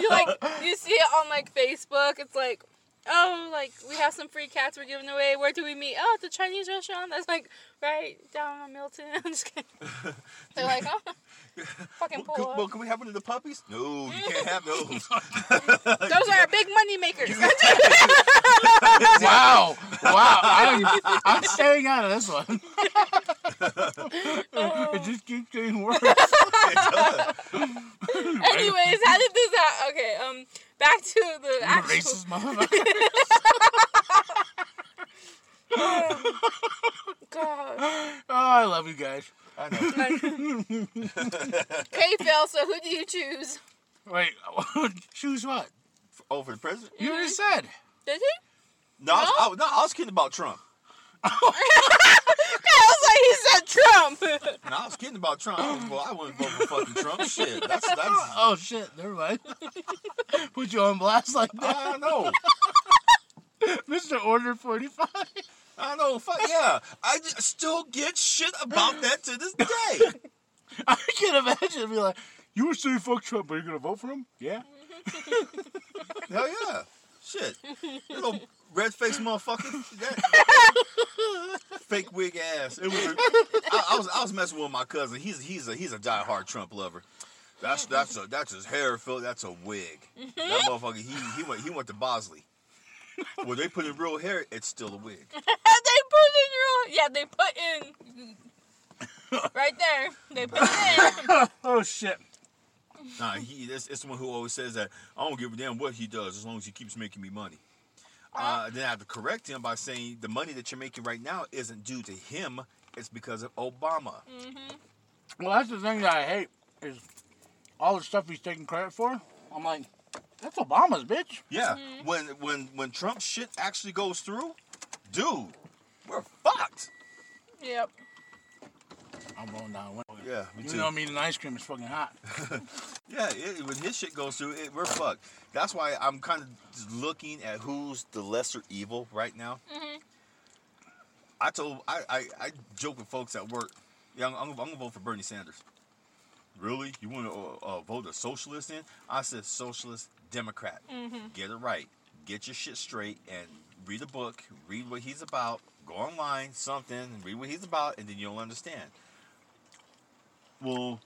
D: You like you see it on like Facebook, it's like Oh, like we have some free cats we're giving away. Where do we meet? Oh, at the Chinese restaurant. That's like right down on Milton. I'm just kidding. They're like, oh, fucking
A: Well, can, well,
D: poor.
A: can we have one of the puppies? No, you can't have those.
D: Those are our big money makers.
B: wow. Wow. I'm, I'm staying out of this one. it just keeps getting worse.
D: Anyways, how did this? ha- Okay, um, back to the
B: I'm a
D: actual.
B: racist motherfucker.
D: God.
B: Oh, I love you guys.
A: I know.
D: Okay, Phil. So who do you choose?
B: Wait, choose what?
A: Oh, for the president?
B: You already said.
D: Did he?
A: No, I was, I, no, I was kidding about Trump.
D: I was like, he said Trump.
A: No, I was kidding about Trump. I was- well, I wouldn't vote for fucking Trump. Shit, that's that's.
B: Oh shit, never mind. Put you on blast like that,
A: I know.
B: Mr. Order 45.
A: I know. Fuck yeah. I j- still get shit about that to this day.
B: I can imagine be like, you were saying fuck Trump, but you're gonna vote for him? Yeah.
A: Hell yeah. Shit. Little red faced motherfucker. That- fake wig ass. It was. I, I was I was messing with my cousin. He's he's a he's a diehard Trump lover. That's that's a that's his hair, Phil. That's a wig. That motherfucker. He he went he went to Bosley. Where they put in real hair, it's still a wig.
D: they put in real. Yeah, they put in. right there. They put it in.
B: Oh shit.
A: Nah, he that's it's the one who always says that I don't give a damn what he does as long as he keeps making me money. Uh, then I have to correct him by saying the money that you're making right now isn't due to him. It's because of Obama.
B: Well, that's the thing that I hate is all the stuff he's taking credit for. I'm like, that's Obama's bitch.
A: Yeah. When when when Trump shit actually goes through, dude, we're fucked.
D: Yep.
B: I'm going down. One.
A: Yeah, me
B: You know me and ice cream is fucking hot.
A: Yeah, it, when his shit goes through, it, we're fucked. That's why I'm kind of looking at who's the lesser evil right now.
D: Mm-hmm.
A: I told I, I I joke with folks at work. Yeah, I'm, I'm, I'm gonna vote for Bernie Sanders. Really? You want to uh, uh, vote a socialist in? I said socialist Democrat.
D: Mm-hmm.
A: Get it right. Get your shit straight and read a book. Read what he's about. Go online, something, and read what he's about, and then you'll understand. Well,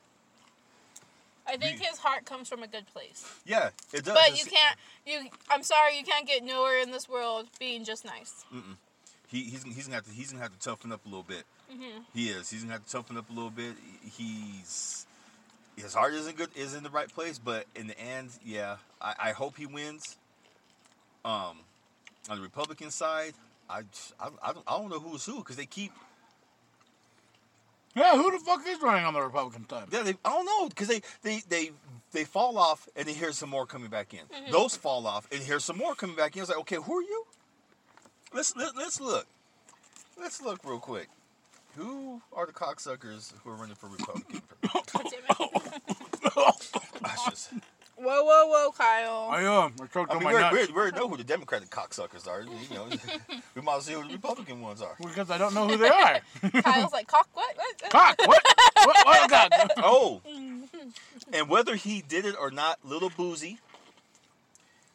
D: I think his heart comes from a good place.
A: yeah, it does.
D: But
A: It's-
D: you can't. You. I'm sorry. You can't get nowhere in this world being just nice.
A: he, he's, he's gonna have to he's gonna have to toughen up a little bit. He is. He's gonna have to toughen up a little bit. He's his heart isn't good, is in the right place, but in the end, yeah, I, I hope he wins. Um, on the Republican side, I just- I, I don't, I don't know who's who because they keep
B: Yeah, who the fuck is running on the Republican side?
A: yeah they I don't know because they they they they fall off and then here's some more coming back in. Those fall off and here's some more coming back in. It's like okay, who are you? Let's let, let's look. Let's look real quick. Who are the cocksuckers who are running for Republican?
D: God damn it.
A: That's just-
D: Whoa, whoe whoa, Kyle.
B: I am. I choked
A: I
B: on
A: mean,
B: my
A: we already- we
B: nuts.
A: already- we already know who the Democratic cocksuckers are. You know, we might as well see who the Republican ones are.
B: Because I don't know who they are.
D: Kyle's like cock. What? What?
B: Cock. What? What? Oh God.
A: Oh, and whether he did it or not, little boozy.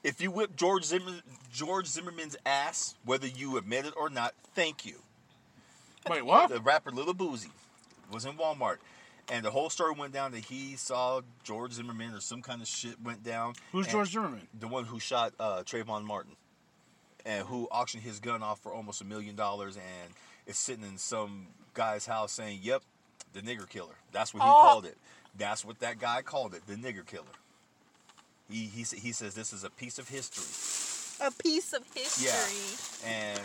A: If you whip George Zimmer, George Zimmerman's ass, whether you admit it or not, thank you.
B: Wait, what?
A: The rapper Little Boozy was in Walmart, and the whole story went down that he saw George Zimmerman or some kind of shit went down.
B: Who's
A: and-
B: George Zimmerman?
A: The one who shot uh, Trayvon Martin, and who auctioned his gun off for almost a million dollars, and it's sitting in some guy's house saying, "Yep, the nigger killer." That's what he
D: Oh.
A: called it. That's what that guy called it, the nigger killer. He he sa- he says this is a piece of history.
D: A piece of
A: Yeah,
D: history.
A: and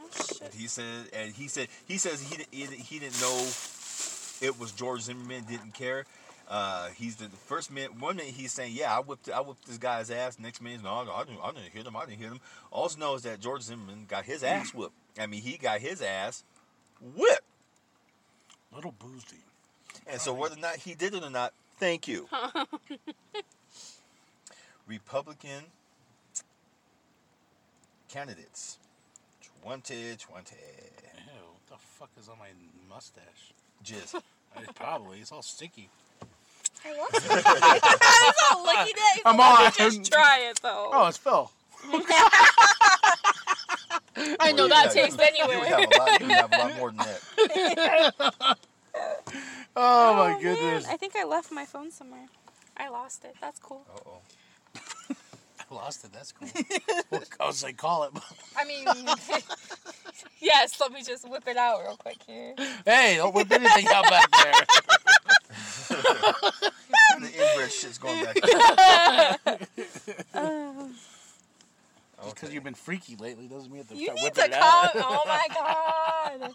D: Oh, shit.
A: he said, and he said, he says he didn't, he didn't- he didn't know it was George Zimmerman. Didn't care. Uh, he's the first minute. One minute he's saying, "Yeah, I whipped, I whipped this guy's ass." Next minute, he's, no, no, I didn't, I didn't hit him. I didn't hit him. All I know is that George Zimmerman got his ass whipped. I mean, he got his ass whipped.
B: Little boozy.
A: And so, whether or not he did it or not, thank you. Republican candidates, twenty twenty.
B: Ew. What the fuck is on my mustache?
A: Just.
B: It probably. It's all sticky.
D: He's not looking at it. I'm
B: I'm
D: all
B: all-
D: just try it though.
B: Oh, it's Phil.
D: I know
A: Yeah,
D: that
A: you-
D: taste
A: You would
D: anyway.
A: have a lot. You would have a lot more than that.
B: Oh,
D: Oh,
B: my
D: man,
B: goodness.
D: I think I left my phone somewhere. I lost it. That's cool.
A: Uh oh.
B: I lost it. That's cool. I was like, call it.
D: I mean, yes. Let me just whip it out real quick here.
B: hey, don't whip anything out back there.
A: The inbred shit's going back.
B: Because you've been freaky lately doesn't mean that
D: You
B: start
D: need
B: whipping
D: to
B: it
D: come.
B: out.
D: Oh my god.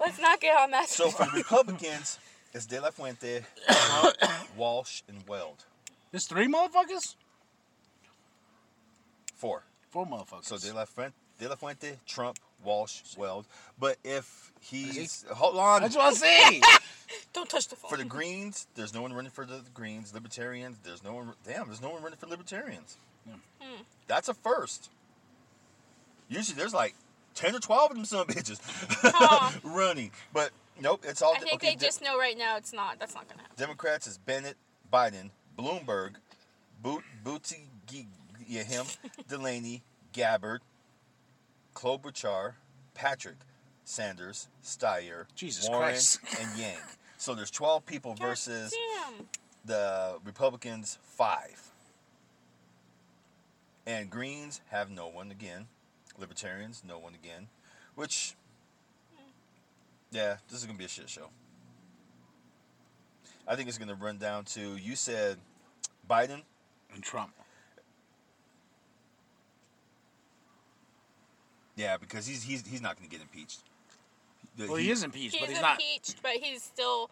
D: Let's not get on that.
A: So for Republicans, it's De La Fuente, Trump, Walsh, and Weld.
B: There's three motherfuckers?
A: Four.
B: Four motherfuckers.
A: So De La Fuente, De La Fuente Trump, Walsh, Weld. But if he's hold on
B: That's what I see.
D: Don't touch the phone.
A: for the Greens, there's no one running for the Greens. Libertarians, there's no one. Damn, there's no one running for Libertarians.
D: Hmm.
A: That's a first. Usually, there's like ten or twelve of them some bitches
D: Huh.
A: running, but nope, it's all.
D: I think
A: okay,
D: they
A: De-
D: just know right now it's not. That's not gonna happen.
A: Democrats is Bennett, Biden, Bloomberg, Boot, Booty, Ge- yeah, him, Delaney, Gabbard, Klobuchar, Patrick, Sanders, Steyer,
B: Jesus
A: Warren,
B: Christ.
A: and Yang. So there's 12 people
D: God
A: versus
D: Damn.
A: the Republicans five. And Greens have no one again. Libertarians, no one again. Which, yeah, this is going to be a shit show. I think it's going to run down to you said Biden,
B: And Trump.
A: yeah, because he's he's, he's not going to get impeached. The-
B: Well, he is impeached,
D: He's
B: but he's not.
D: impeached, but he's still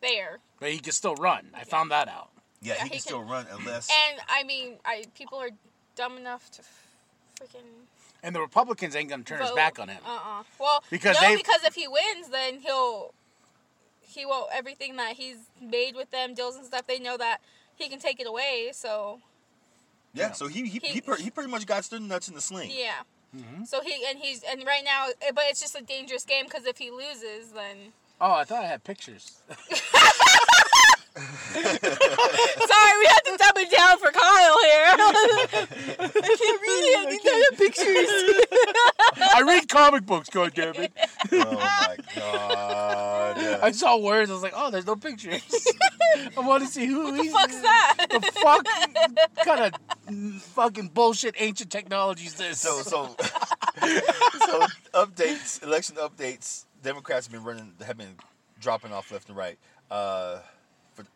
D: there.
B: But he can still run. I found that out.
A: Yeah,
D: Yeah,
A: he
D: he
A: can still
D: can-
A: run unless.
D: And I mean, I people are dumb enough to freaking
B: And the Republicans ain't gonna turn his
D: vote.
B: back on him.
D: Uh-uh. Well,
B: Because
D: no,
B: they've-
D: because if he wins, then he'll he will everything that he's made with them deals and stuff. They know that he can take it away. So
A: yeah, so he he, he,
D: He-
A: per- he pretty much got their nuts in the sling.
D: yeah. So he and he's and right now, eh, but it's just a dangerous game because if he loses, then
B: Oh, I thought I had pictures.
D: sorry, we have to dumb it down for Kyle here. I can't read it. I have pictures.
B: I read comic books, God damn it.
A: Oh my god.
B: I saw words. I was like, oh, there's no pictures. I want to see who
D: what the
B: he's-
D: fuck's that?
B: The fuck kind of fucking bullshit ancient technology is this?
A: So so so updates, election updates. Democrats have been running, have been dropping off left and right. Uh, for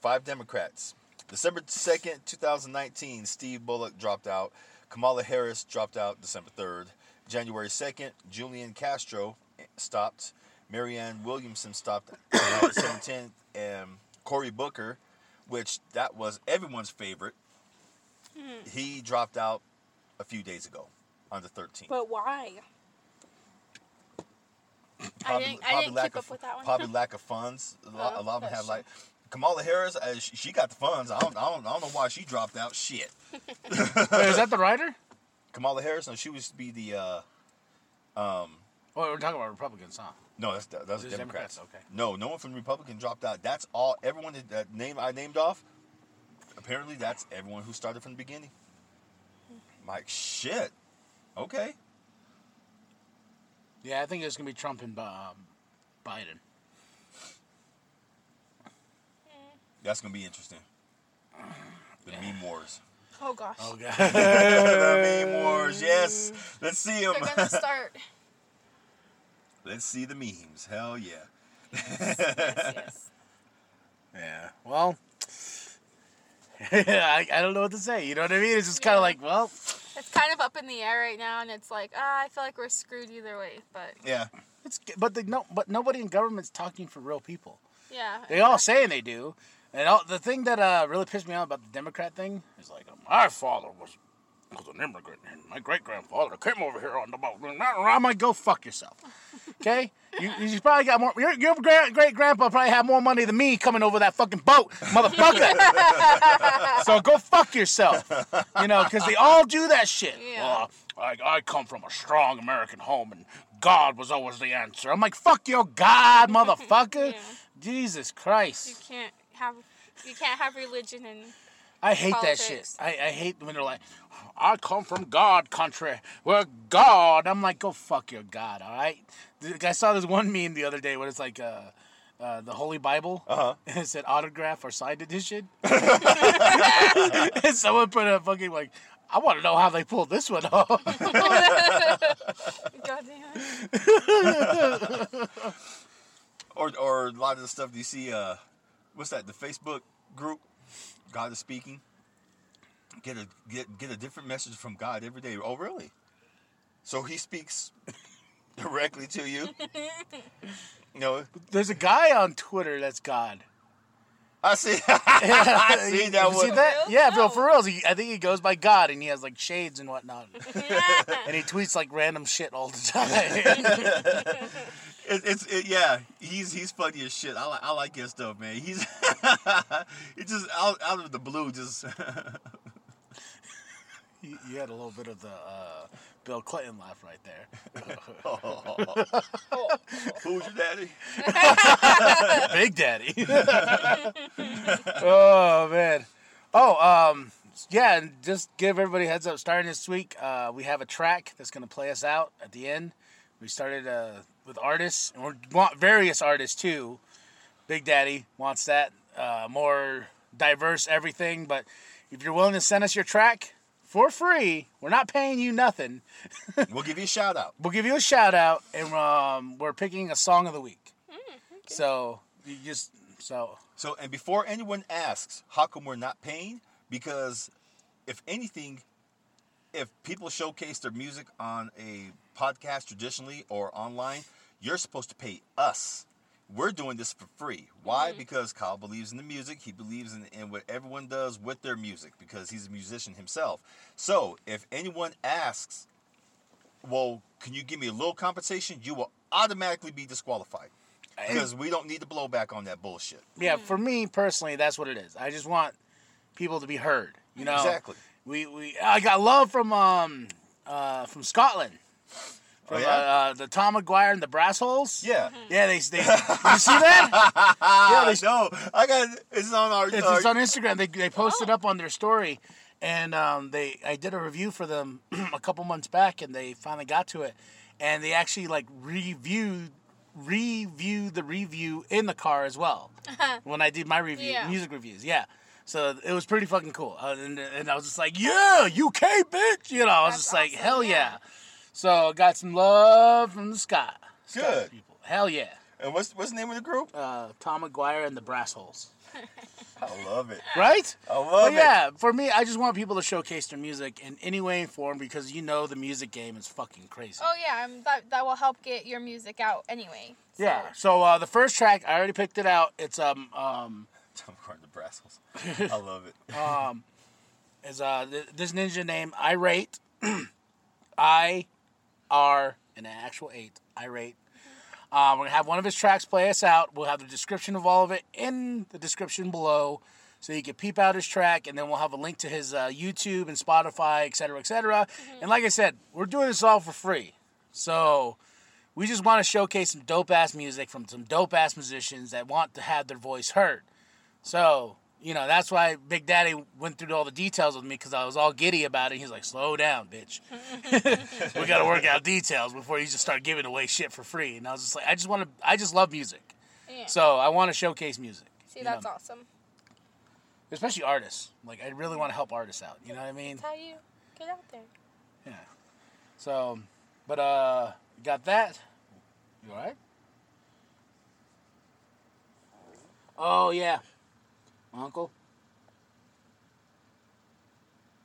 A: five Democrats, December second, two thousand nineteen, Steve Bullock dropped out. Kamala Harris dropped out December third. January second, Julian Castro stopped. Marianne Williamson stopped December tenth, and Cory Booker, which that was everyone's favorite. He dropped out a few days ago on the 13th.
D: But why? I didn't, I
A: probably
D: didn't
A: lack
D: keep
A: of,
D: up with that one.
A: Probably lack of funds. A lot,
D: Oh,
A: a lot of them
D: that's
A: have like Kamala Harris. Uh, she, she got the funds. I don't, I don't, I don't know why she dropped out. Shit,
B: Wait, is that the writer?
A: Kamala Harris. No, she was to be the. Uh,
B: Oh, we're talking about Republicans, huh?
A: no, that's that's
B: Just
A: Democrats.
B: Democrats, okay.
A: No, no one from Republican dropped out. That's all. Everyone that, that name I named off. Apparently, that's everyone who started from the beginning.
D: Hmm.
A: I'm like shit. Okay.
B: Yeah, I think it's gonna be Trump and um, Biden.
A: That's gonna be interesting. The meme wars.
D: oh gosh.
B: Oh god.
A: the meme wars. Yes. Let's see them.
D: They're gonna start.
A: Let's see the memes. Hell yeah.
D: yes, yes.
B: yeah. Well. I, I don't know what to say. You know what I mean? It's just kind
D: Yeah.
B: of like, well,
D: It's kind of up in the air right now, and it's like, ah, I feel like we're screwed either way. But
A: Yeah.
B: it's but the, no, but nobody in government's talking for real people.
D: yeah,
B: They all saying they do. And all, the thing that uh, really pissed me off about the Democrat thing is like, uh, my father was, was an immigrant, and my great grandfather came over here on the boat. I'm like, go fuck yourself. Okay? You, you probably got more. Your, your great great grandpa probably had more money than me coming over that fucking boat, motherfucker. so go fuck yourself. You know, because they all do that shit.
D: Yeah.
B: Well, I, I come from a strong American home, and God was always the answer. I'm like, fuck your God, motherfucker.
D: Yeah.
B: Jesus
D: you
B: Christ.
D: can't have you can't have religion and
B: I hate
D: Politics.
B: that shit. I, I hate when they're like, I come from God country. We're God. I'm like, go fuck your God, all right? Th- I saw this one meme the other day where it's like, uh, uh, the Holy Bible. Uh-huh. And it said autograph or signed edition. and someone put a fucking like, I want to know how they pulled this one off.
D: goddamn.
A: Or or a lot of the stuff you see. Uh, what's that? The Facebook group. God is speaking. Get a get get a different message from God every day. Oh really? So He speaks directly to you. you know,
B: There's a guy on Twitter that's God.
A: I see. I see that
B: You
A: one.
B: see that?
D: reals?
B: Yeah, Bill
D: No.
B: for reals. He, I think he goes by God and he has like shades and whatnot. and he tweets like random shit all the time.
A: It, it's it, yeah. He's he's funny as shit. I like I like his stuff, man. He's it just out out of the blue. Just
B: you, you had a little bit of the uh, Bill Clinton laugh right there.
A: who's your daddy?
B: Big Daddy. oh man. Oh um yeah, and just give everybody a heads up. Starting this week, uh, we have a track that's gonna play us out at the end. We started uh, with artists, and we want various artists too. Big Daddy wants that. uh, more diverse everything. But if you're willing to send us your track for free, we're not paying you nothing.
A: We'll give you a shout out.
B: We'll give you a shout out, and um, we're picking a song of the week. So you just so
A: So, and before anyone asks, how come we're not paying? Because if anything, if people showcase their music on a podcast traditionally or online, you're supposed to pay us. We're doing this for free. Why? Because Kyle believes in the music. He believes in, in what everyone does with their music because he's a musician himself. So if anyone asks, well, can you give me a little compensation? You will automatically be disqualified because we don't need the blowback on that bullshit.
B: yeah, for me personally, that's what it is. I just want people to be heard. You know
A: Exactly.
B: We we I got love from um uh from Scotland. From,
A: Oh, yeah?
B: uh, uh, the Tom McGuire and the Brass Holes.
A: Yeah.
B: Yeah, they they you see that? yeah, they,
A: I know. I got it's on our.
B: it's,
D: Uh,
A: our-
B: it's on Instagram. They they posted
D: oh.
B: up on their story, and um, they I did a review for them a couple months back, and they finally got to it, and they actually like reviewed reviewed the review in the car as well when I did my review
D: Uh-huh. Yeah.
B: music reviews. Yeah. So it was pretty fucking cool, uh, and, and I was just like, "Yeah, UK bitch," you know. I was
D: That's
B: just like,
D: awesome,
B: "Hell yeah!"
D: yeah.
B: So got some love from the Scott, Scottish
A: Good.
B: people. Hell yeah!
A: and what's what's the name of the group?
B: Uh, Tom McGuire and the Brass Holes.
A: I love it.
B: right?
A: I love
B: But
A: it.
B: yeah, for me, I just want people to showcase their music in any way and form because you know the music game is fucking crazy.
D: Oh yeah, um, that that will help get your music out anyway. So,
B: Yeah. So uh, the first track, I already picked it out. It's um um
A: Tom Corn the Brassels. I love it.
B: Uh, is uh th- this ninja name irate, I, R and an actual eight irate. Uh, we're gonna have one of his tracks play us out. We'll have the description of all of it in the description below, so you can peep out his track, and then we'll have a link to his uh, YouTube and Spotify, et cetera, et cetera.
D: Mm-hmm.
B: And like I said, we're doing this all for free, so we just want to showcase some dope ass music from some dope ass musicians that want to have their voice heard. So, you know, that's why Big Daddy went through all the details with me because I was all giddy about it. He's like, slow down, bitch. we got to work out details before you just start giving away shit for free. And I was just like, I just want to, I just love music.
D: yeah.
B: So I want to showcase music.
D: see,
B: you know,
D: that's awesome.
B: Especially artists. Like, I really want to help artists out. You know what I mean?
D: That's how you get out there.
B: Yeah. So, but, uh, you got that? You all right? Oh, yeah. Uncle?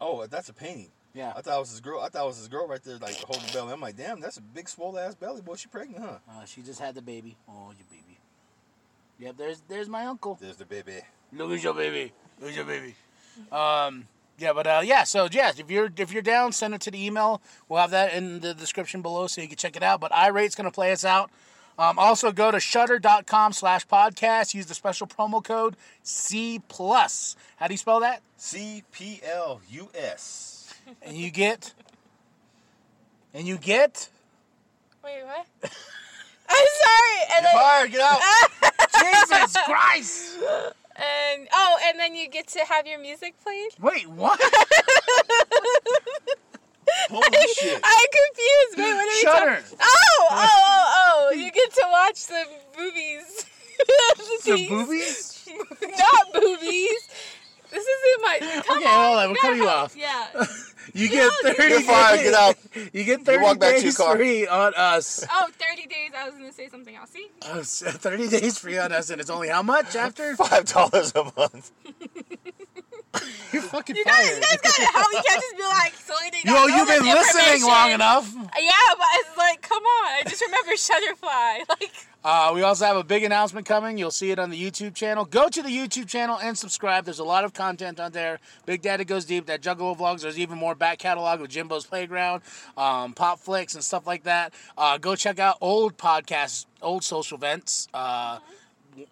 A: Oh, that's a painting.
B: Yeah.
A: I thought it was his girl. I thought it was his girl right there, like holding the belly. I'm like, damn, that's a big swole ass belly, boy. She pregnant, huh?
B: Uh, she just had the baby. Oh, your baby. Yep, there's there's my uncle.
A: There's the baby.
B: Look at your baby. Look at your baby. Um, yeah, but uh, yeah. So yeah, if you're if you're down, send it to the email. We'll have that in the description below so you can check it out. But Irate's gonna play us out. Um, also go to shutter.com slash podcast. Use the special promo code C plus. How do you spell that?
A: C P L U S.
B: And you get. And you get.
D: Wait, what? I'm sorry. And then,
A: Fire, get out.
B: Jesus Christ!
D: and oh, and then you get to have your music played.
B: Wait, what?
A: Holy shit.
D: I'm confused. Wait, what are you talking?
B: Shutter.
D: Oh, oh, oh, oh! You get to watch the movies. the
B: The
D: things.
B: boobies.
D: Not boobies. This isn't my. Come
B: Okay,
D: on.
B: hold on. We'll cut
D: gotta
B: you
D: help.
B: off.
D: Yeah.
B: You get
D: No,
B: 30
A: You're fired. Get out.
B: You get 30
A: walk back to your
B: days
A: car.
B: free on us.
D: Oh, 30 days. I was gonna say something else. See?
B: Oh, s- 30 days free on us, and it's only how much after?
A: Five dollars a month.
B: You're fucking
D: You guys, you
B: fired.
D: guys gotta help. You can't just be like, so I didn't
B: Yo,
D: know
B: you've
D: this
B: been listening
D: information."
B: long enough.
D: Yeah, but it's like, come on. I just remember Shutterfly. Like,
B: Uh, we also have a big announcement coming. You'll see it on the YouTube channel. Go to the YouTube channel and subscribe. There's a lot of content on there. Big Daddy Goes Deep, that Juggalo Vlogs. There's even more back catalog with Jimbo's Playground, um, Pop Flicks, and stuff like that. Uh, go check out old podcasts, old social events. Uh,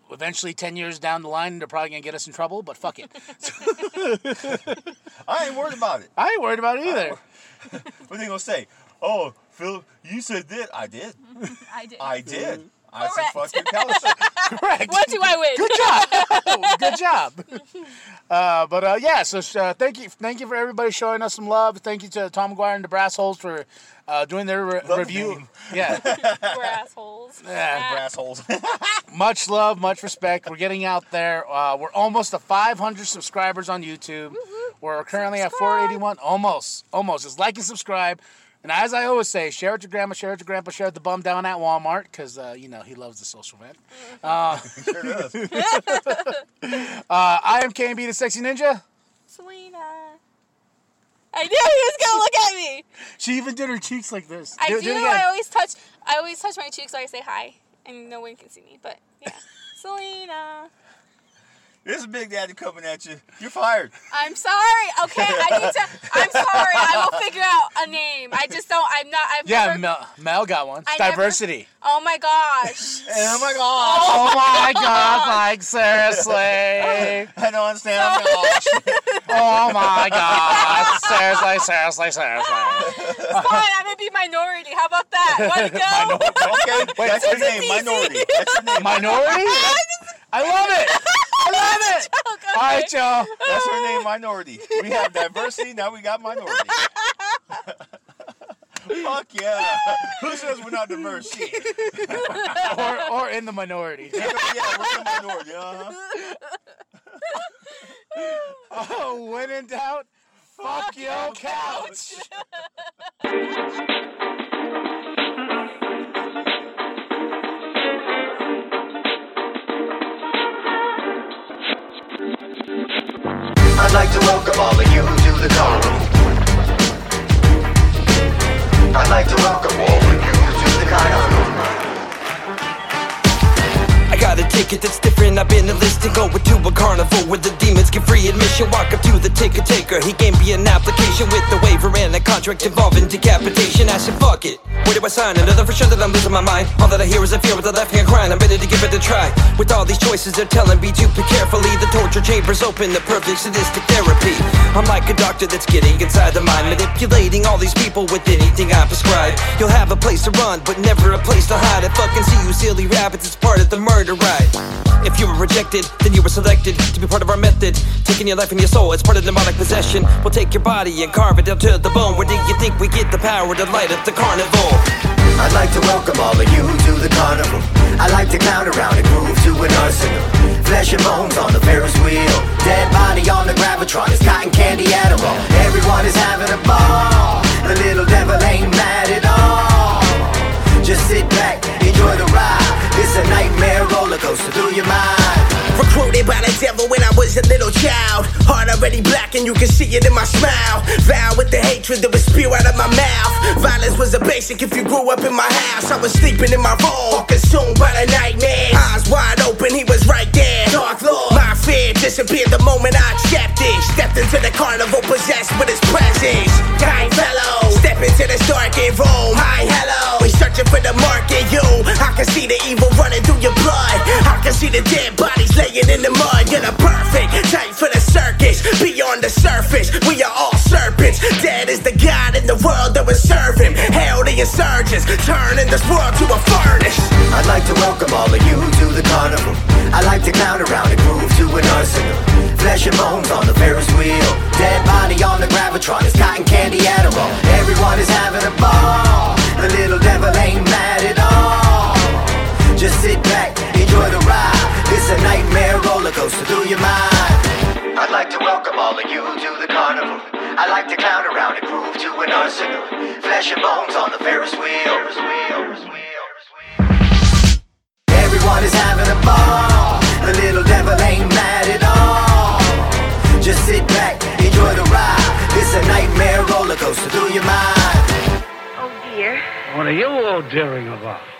B: Eventually, 10 years down the line, they're probably going to get us in trouble, but fuck it.
A: I ain't worried about it.
B: I ain't worried about it either.
A: What they gonna say? Oh, Phil, you said that. I did.
D: I did.
A: I did. I said
D: Correct.
A: fucking Palestine.
B: Correct.
D: What do I win?
B: Good job. Good job. Uh, but uh, yeah, so uh, thank you, thank you for everybody showing us some love. Thank you to Tom McGuire and the Brass Holes for uh, doing their re-
A: Love
B: review.
A: name.
B: Yeah,
D: We're assholes.
B: Yeah,
D: Ah.
A: Brass holes.
B: much love, much respect. We're getting out there. Uh, we're almost to 500 subscribers on YouTube. We're currently at
D: Subscribe.
B: 481. Almost, almost. Just like and subscribe. And as I always say, share it to grandma, share it to grandpa, share it to bum down at Walmart because uh, you know he loves the social event.
A: Sure
D: Mm-hmm.
A: does.
B: Uh, I am KMB the Sexy Ninja.
D: Selena. I knew he was gonna look at me.
B: She even did her cheeks like this.
D: I do.
B: it again.
D: I always touch. I always touch my cheeks like I say hi, and no one can see me. But yeah, Selena.
A: This is Big Daddy coming at you. You're fired.
D: I'm sorry. Okay, I need to. I'm sorry. I will figure out a name. I just don't. I'm not. I've
B: Yeah,
D: never-
B: Mel, Mel got one.
D: I never-
B: Diversity.
D: Oh my gosh.
A: Oh my gosh.
B: Oh my god, like seriously.
A: I don't understand. Oh my gosh.
B: Oh my god. Seriously, seriously, seriously.
D: Fine. I'm gonna be minority. How about that? Want to go?
A: Okay, that's your
D: That's
A: name,
D: easy.
A: minority. That's your name.
B: Minority? I love it. I love it.
D: Oh, God.
B: All right, y'all.
A: That's her name, minority. We have diversity, now we got minority. Fuck yeah. Who says we're not diverse? Shit.
B: Or, or in the minority.
A: yeah, we're the minority. Uh-huh.
B: Oh, when in doubt, fuck your couch.
E: I'd like to welcome all of you to the call room. I'd like to welcome all of you to the call room.
F: I got a ticket that's different. I've been enlisted. Going to a carnival where the demons get free admission. Walk up to the ticket taker. He gave me an application with a waiver and a contract involving decapitation. I said, fuck it. Where do I sign? Another for sure that I'm losing my mind. All that I hear is a fear with the left hand crying. I'm ready to give it a try. With all these choices, they're telling me to pick carefully. The torture chambers open. The perfect sadistic therapy. I'm like a doctor that's getting inside the mind, manipulating all these people with anything I prescribe. You'll have a place to run, but never a place to hide. I fucking see you, silly rabbits. It's part of the murder ride. If you were rejected, then you were selected to be part of our method. Taking your life and your soul, it's part of demonic possession. We'll take your body and carve it down to the bone. Where do you think we get the power to light up the carnival?
E: I'd like to welcome all of you to the carnival. I like to clown around and groove to an arsenal. Flesh and bones on the Ferris wheel. Dead body on the Gravitron. It's cotton candy Adderall. Everyone is having a ball. The little devil ain't mad at all. Just sit back, enjoy the ride. It's a nightmare roller coaster through your mind.
G: Recruited by the devil when I was a little child. Heart already black and you can see it in my smile. Vow with the hatred that would spew out of my mouth. Violence was a basic if you grew up in my house. I was sleeping in my room, consumed by the nightmare. Eyes wide open, he was right there. Dark Lord, my fear disappeared the moment I accepted. Stepped into the carnival possessed with his presence. Kind fellow, step into this darkened room. Hi, hello. We searching for the mark in you. I can see the evil running through your blood. I can see the dead bodies laying in the mud. You're the perfect type for the circus. Beyond the surface, we are all serpents. Dead is the God in the world that would serve him. Hail the insurgents, turning this world to a furnace.
E: I'd like to welcome all of you to the carnival. I like to clown around and groove to an arsenal. Flesh and bones on the Ferris wheel. Dead body on the Gravitron. It's cotton candy Adderall. Everyone is having a ball. The little devil ain't mad at all. Just sit back, enjoy the ride. It's a nightmare roller coaster through your mind. I'd like to welcome all of you to the carnival. I like to clown around and groove to an arsenal. Flesh and bones on the Ferris wheel. Ferris wheel. Ferris wheel. Ferris wheel. Everyone is having a ball. The little devil ain't mad at all. Just sit back, enjoy the ride. It's a nightmare roller coaster through your mind.
H: Oh dear.
C: What are you all daring about?